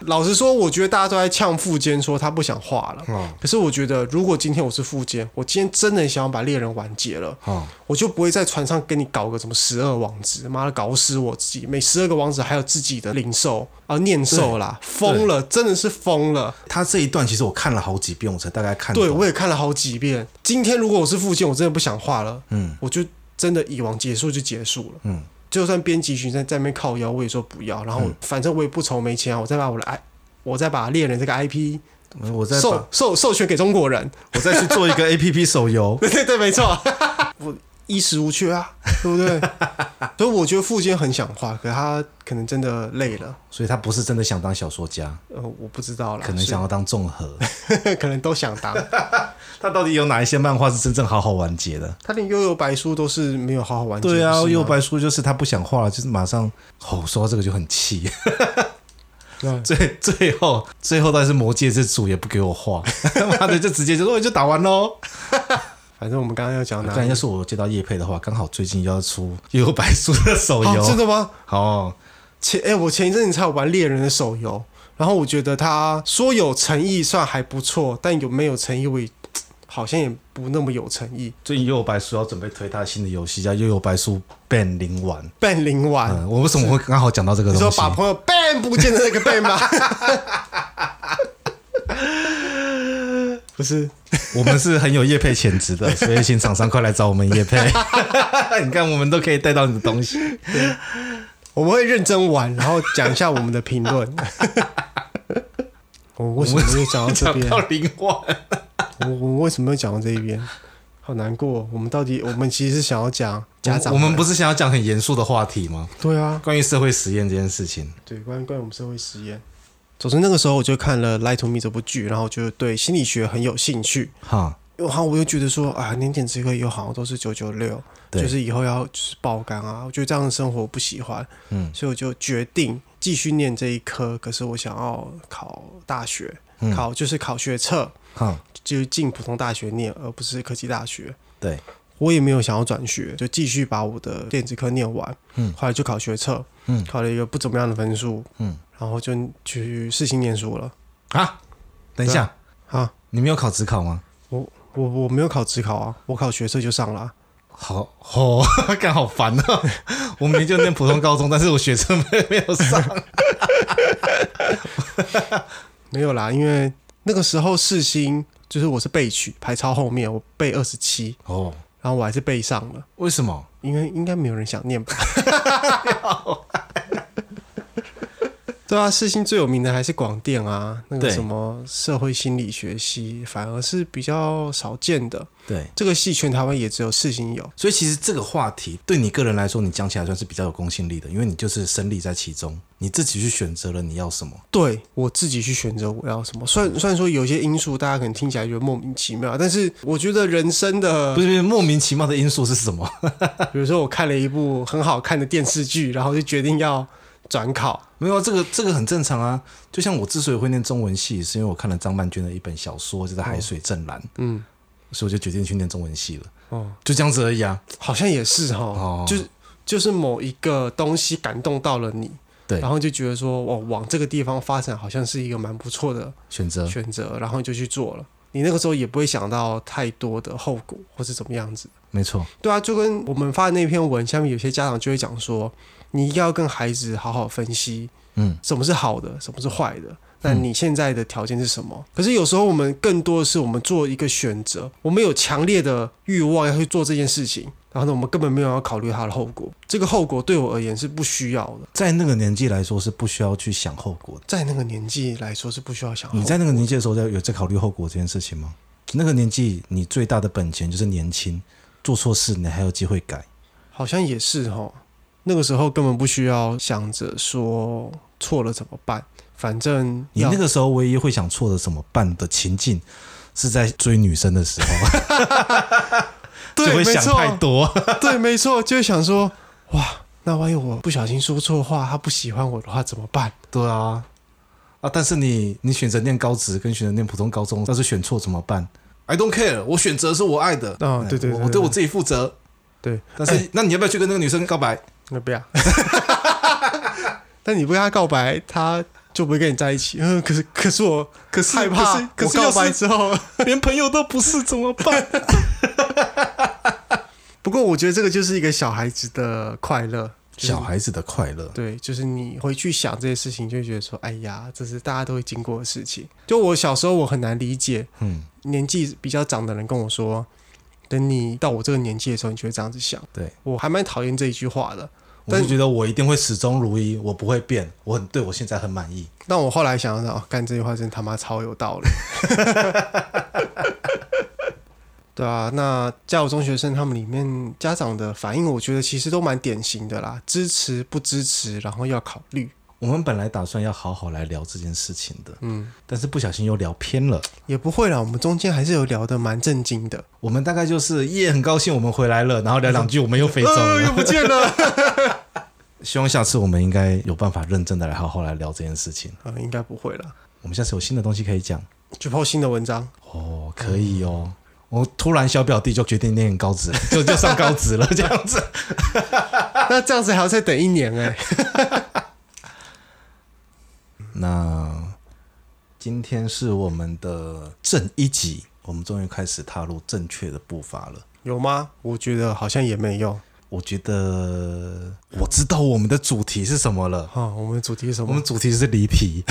S2: 老实说，我觉得大家都在呛富坚，说他不想画了。
S1: 哦
S2: 可是我觉得，如果今天我是富坚，我今天真的想要把猎人完结了，
S1: 哦，
S2: 我就不会在船上跟你搞个什么十二王子，妈的搞死我自己！每十二个王子还有自己的灵兽啊、念兽啦，疯了，真的是疯了。
S1: 他这一段其实我看了好几遍，我才大概看
S2: 对
S1: 懂
S2: 我也看了好几遍。今天如果我是富坚，我真的不想画了，
S1: 嗯，
S2: 我就真的以往结束就结束了，
S1: 嗯。
S2: 就算编辑群在在那边靠腰，我也说不要。然后我反正我也不愁没钱啊，我再把我的 I，我再把猎人这个 IP
S1: 我再把
S2: 授授授权给中国人，
S1: 我再去做一个 A P P 手游。
S2: 对对对，没错， 我衣食无缺啊，对不对？所以我觉得富坚很想画，可他可能真的累了，
S1: 所以他不是真的想当小说家，
S2: 呃，我不知道啦，
S1: 可能想要当综 合。
S2: 所以 可能都想当。
S1: 他到底有哪一些漫画是真正好好完结的？
S2: 他连悠悠白书都是没有好好完结，
S1: 对啊，
S2: 不是吗
S1: 右白书就是他不想画了，就是马上哦，说到这个就很气。
S2: 对
S1: 最最后最后，但是魔界之主也不给我画， 妈的就直接就说就打完喽。
S2: 反正我们刚刚要讲哪
S1: 但
S2: 里？
S1: 要是我接到叶配的话，刚好最近要出右白书的手
S2: 啊，真
S1: 游。
S2: 的吗？
S1: 哦，
S2: 前哎、我前一阵子才有玩猎人的手游，然后我觉得他说有诚意算还不错，但有没有诚意我也好像也不那么有诚意。
S1: 最近右白书要准备推他新的游戏，叫《右白书 ban 零玩》。
S2: ban 零完，
S1: 嗯，我为什么会刚好讲到这个
S2: 你
S1: 东
S2: 说
S1: 西
S2: 把？朋友 ban 不见的那个 ban 吗？不是，
S1: 我们是很有叶配潜质的，所以请厂商快来找我们叶配。 你看，我们都可以带到你的东西。
S2: 我们会认真玩，然后讲一下我们的评论。 我为什么会讲到这边？
S1: 零玩，
S2: 我我为什么会讲到这一边？好难过。哦我们到底，我们其实是想要讲家长
S1: 我们不是想要讲很严肃的话题吗？
S2: 对啊，
S1: 关于社会实验这件事情，
S2: 对，关于关于我们社会实验。总之那个时候我就看了《Lie to Me》这部剧，然后就对心理学很有兴趣。
S1: 哈，
S2: 然后我又觉得说啊，年检这个以后好像都是九九六，
S1: 对
S2: 就是以后要就是爆肝啊，我觉得这样的生活我不喜欢，
S1: 嗯
S2: 所以我就决定继续念这一科。可是我想要考大学，
S1: 嗯
S2: 考就是考学测，
S1: 哈，
S2: 就是进普通大学念，而不是科技大学。
S1: 对，
S2: 我也没有想要转学，就继续把我的电子科念完。
S1: 嗯
S2: 后来就考学测，
S1: 嗯
S2: 考了一个不怎么样的分数，
S1: 嗯，
S2: 然后就去世新念书了。
S1: 啊，等一下，
S2: 啊，
S1: 你没有考职考吗？
S2: 我我我没有考职考啊，我考学测就上了啊、
S1: 好哦， 干好烦哦！ 我明明就念普通高中，但是我学车没没有上。
S2: 没有啦，因为那个时候世新就是我是备取排超后面，我备二十七，
S1: 哦，
S2: 然后我还是备上了，
S1: 为什么？
S2: 因为应该没有人想 念吧。对啊，世新最有名的还是广电啊，那个
S1: 对
S2: 什么社会心理学系，反而是比较少见的。
S1: 对，
S2: 这个系全台湾也只有世新有。
S1: 所以其实这个话题对你个人来说，你讲起来算是比较有公信力的，因为你就是身历在其中，你自己去选择了你要什么。
S2: 对我自己去选择我要什么，虽然虽然说有些因素大家可能听起来觉得莫名其妙，但是我觉得人生的
S1: 不是不是莫名其妙的因素是什么？
S2: 比如说我看了一部很好看的电视剧，然后就决定要转考。
S1: 没有啊，这个这个很正常啊。就像我之所以会念中文系，是因为我看了张曼娟的一本小说，就在《海水正蓝》
S2: 嗯，
S1: 所以我就决定去念中文系了，
S2: 哦，
S1: 就这样子而已啊。
S2: 好像也是哈、
S1: 哦
S2: 就是就是某一个东西感动到了你，
S1: 对
S2: 然后就觉得说哦，往这个地方发展好像是一个蛮不错的
S1: 选择
S2: 选择，然后你就去做了。你那个时候也不会想到太多的后果或是怎么样子。
S1: 没错，
S2: 对啊，就跟我们发的那篇文下面有些家长就会讲说，你一定要跟孩子好好分析，
S1: 嗯，
S2: 什么是好的，什么是坏的。那你现在的条件是什么？可是有时候我们更多的是我们做一个选择，我们有强烈的欲望要去做这件事情，然后呢，我们根本没有要考虑它的后果。这个后果对我而言是不需要的，
S1: 在那个年纪来说是不需要去想后果的。
S2: 在那个年纪来说是不需要想后果。
S1: 你在那个年纪的时候，在有在考虑后果这件事情吗？那个年纪，你最大的本钱就是年轻，做错事你还有机会改。
S2: 好像也是哈，哦那个时候根本不需要想着说错了怎么办，反正
S1: 你
S2: 要
S1: 那个时候唯一会想错的怎么办的情境，是在追女生的时 候，就
S2: 对，
S1: 会
S2: 没
S1: 想太
S2: 错，
S1: 多。
S2: 对，没错，就会想说，哇，那万一我不小心说错话，他不喜欢我的话怎么办？
S1: 对啊，啊，但是你你选择念高职跟选择念普通高中，要是选错怎么办？I don't care，我选择是我爱的。
S2: 啊
S1: 哎
S2: 对对对
S1: 我
S2: 对
S1: 我对哎我自己负责。
S2: 对，
S1: 但是，那你要不要去跟那个女生告白？
S2: 那 不要。但你不跟他告白，他就不会跟你在一起。 嗯，可是可是我
S1: 可是
S2: 害怕，
S1: 可是可是
S2: 我
S1: 要
S2: 告白
S1: 是
S2: 之后，
S1: 连朋友都不是怎么办？
S2: 不过我觉得这个就是一个小孩子的快乐。就是
S1: 小孩子的快乐，
S2: 对，就是你回去想这些事情，就会觉得说，哎呀，这是大家都会经过的事情。就我小时候，我很难理解
S1: 嗯，
S2: 年纪比较长的人跟我说，等你到我这个年纪的时候，你就会这样子想。
S1: 对
S2: 我还蛮讨厌这一句话的。
S1: 我就觉得我一定会始终如一，我不会变，我很对我现在很满意。
S2: 但我后来想想，哦，干这句话真他妈超有道理。 对啊，那加油中学生他们里面家长的反应，我觉得其实都蛮典型的啦，支持不支持，然后要考虑，
S1: 我们本来打算要好好来聊这件事情的，
S2: 嗯，
S1: 但是不小心又聊偏了。
S2: 也不会啦，我们中间还是有聊得蛮震惊的，
S1: 我们大概就是耶，很高兴我们回来了，然后聊两句，我们又飞走
S2: 呃，
S1: 了。
S2: 又不见了，
S1: 希望下次我们应该有办法认真的来好好来聊这件事情。
S2: 呃，应该不会了，
S1: 我们下次有新的东西可以讲
S2: 去抛新的文章，
S1: 哦，可以哦。我突然小表弟就决定念高职， 就就上高职了，这样子。
S2: 那这样子还要再等一年哎、
S1: 那今天是我们的正一集，我们终于开始踏入正确的步伐了。
S2: 有吗？我觉得好像也没有，
S1: 我觉得我知道我们的主题是什么了。
S2: 哈、我们的主题是什
S1: 我
S2: 么
S1: 们？主题是离题，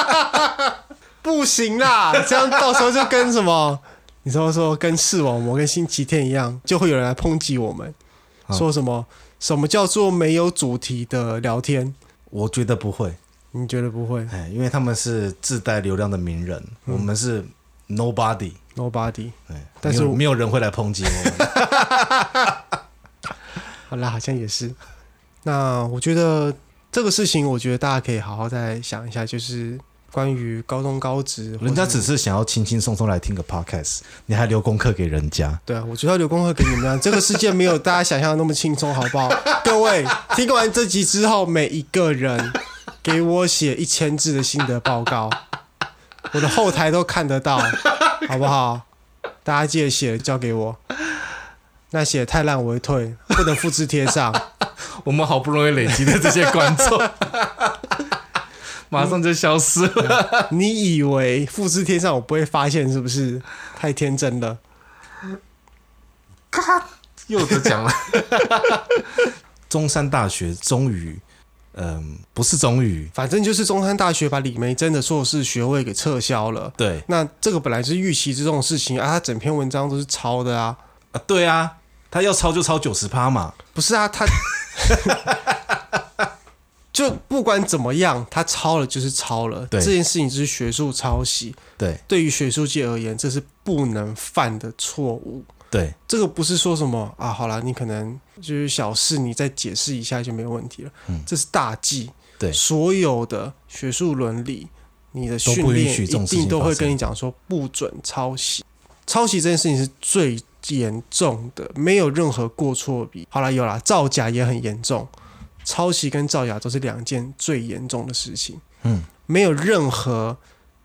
S2: 不行啦，这样到时候就跟什么，你知道说跟视网膜跟星期天一样，就会有人来抨击我们，
S1: 啊
S2: 说什么什么叫做没有主题的聊天？
S1: 我觉得不会，
S2: 你觉得不会
S1: 哎，因为他们是自带流量的名人，我们是 nobody，
S2: ？Nobody。
S1: 哎，
S2: 嗯但是
S1: 没有
S2: 我
S1: 没有人会来抨击我们。
S2: 好啦，好像也是。那我觉得这个事情，我觉得大家可以好好再想一下，就是关于高中高职，
S1: 人家
S2: 或是
S1: 只是想要轻轻松松来听个 podcast，你还留功课给人家，
S2: 对啊，我觉得要留功课给你们啊。这个世界没有大家想象的那么轻松，好不好？ 各位，听完这集之后，每一个人给我写一千字的心得报告，我的后台都看得到，好不好？大家记得写，交给我。那写太烂我会退，不能复制贴上。
S1: 我们好不容易累积的这些观众， 马上就消失了。
S2: 你以为复制贴上我不会发现是不是？太天真了。
S1: 又得奖了。中山大学终于，嗯、不是终于，
S2: 反正就是中山大学把李梅珍的硕士学位给撤销了。
S1: 对
S2: 那这个本来是预期之中的事情啊，他整篇文章都是抄的啊，
S1: 啊，对啊，他要抄就抄九十趴嘛，
S2: 不是啊，他 就不管怎么样，他抄了就是抄了，
S1: 对
S2: 这件事情就是学术抄袭，
S1: 对
S2: 对于学术界而言，这是不能犯的错误。
S1: 对，
S2: 这个不是说什么啊，好啦，你可能就是小事，你再解释一下就没有问题了。
S1: 嗯
S2: 这是大忌。
S1: 对
S2: 所有的学术伦理，你的训
S1: 都不允
S2: 练
S1: 许
S2: 一
S1: 这种事情
S2: 定都会
S1: 发生
S2: 跟你讲说不准抄袭。抄袭这件事情是最严重的，没有任何过错比。好啦，有啦，造假也很严重，抄袭跟造假都是两件最严重的事情。
S1: 嗯，
S2: 没有任何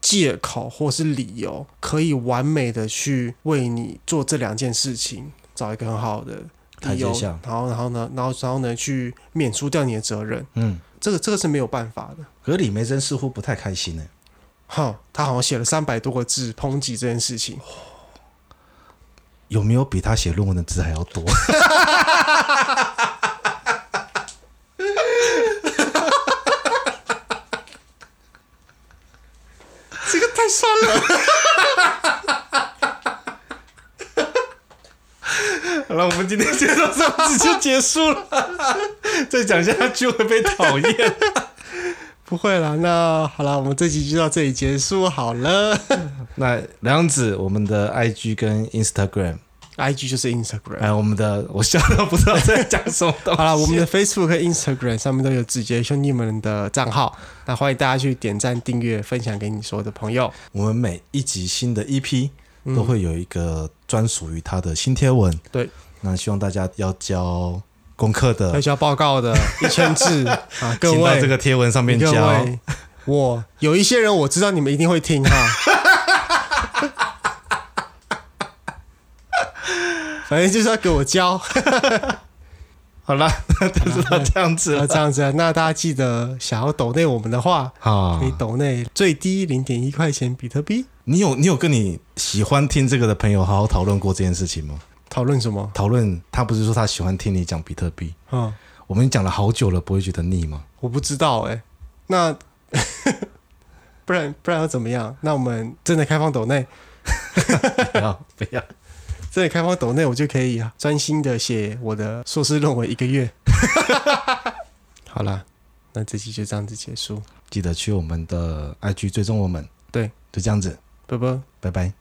S2: 借口或是理由可以完美的去为你做这两件事情找一个很好的
S1: 台
S2: 理
S1: 阶
S2: 由
S1: 下，
S2: 然后然后呢，然后然后呢去免除掉你的责任，
S1: 嗯。
S2: 这个这个是没有办法的。
S1: 可是李梅珍似乎不太开心呢、
S2: 哈，他好像写了三百多个字抨击这件事情，
S1: 有没有比他写论文的字还要 多？
S2: 这个太酸 了。
S1: 好了，我们今天就到这样子就结束了，再讲下去会被讨 厌。
S2: 不会啦，那好啦，我们这集就到这里结束好了。
S1: 那梁子，我们的 IG 跟 Instagram
S2: IG 就是 Instagram。
S1: 哎，我们的我笑到不知道在讲什么东西。
S2: 好了，我们的 Facebook 和 Instagram 上面都有子杰兄弟们的账号，那欢迎大家去点赞、订阅、分享给你所有的朋友。
S1: 我们每一集新的 EP
S2: 嗯
S1: 都会有一个专属于他的新贴文。
S2: 对，
S1: 那希望大家要交功课的
S2: 要，交报 告的一千字啊，哎各
S1: 呃请到这
S2: 位，
S1: 个贴文上面
S2: 各
S1: 交。
S2: 位，哎我有一些人我知道你们一定会听 哈。反正就是要给我交，
S1: 好啦， 就是到这样子
S2: 那
S1: 了。
S2: 这样子啊，那大家记得想要抖内我们的话，
S1: 好
S2: 可以，抖内最低零点一块钱比特币。
S1: 啊你有你有跟你喜欢听这个的朋友好好讨论过这件事情吗？
S2: 讨论什么？
S1: 讨论他不是说他喜欢听你讲比特币，
S2: 嗯，
S1: 我们讲了好久了，不会觉得腻 吗？
S2: 我不知道哎、那 不然不然要怎么样？那我们真的开放抖内，
S1: 不要不要，
S2: 真的开放抖内，我就可以专心的写我的硕士论文一个月。 好啦，那这期就这样子结束，
S1: 记得去我们的 IG 追踪我们。
S2: 对，
S1: 就这样子，
S2: 拜拜。
S1: 拜拜。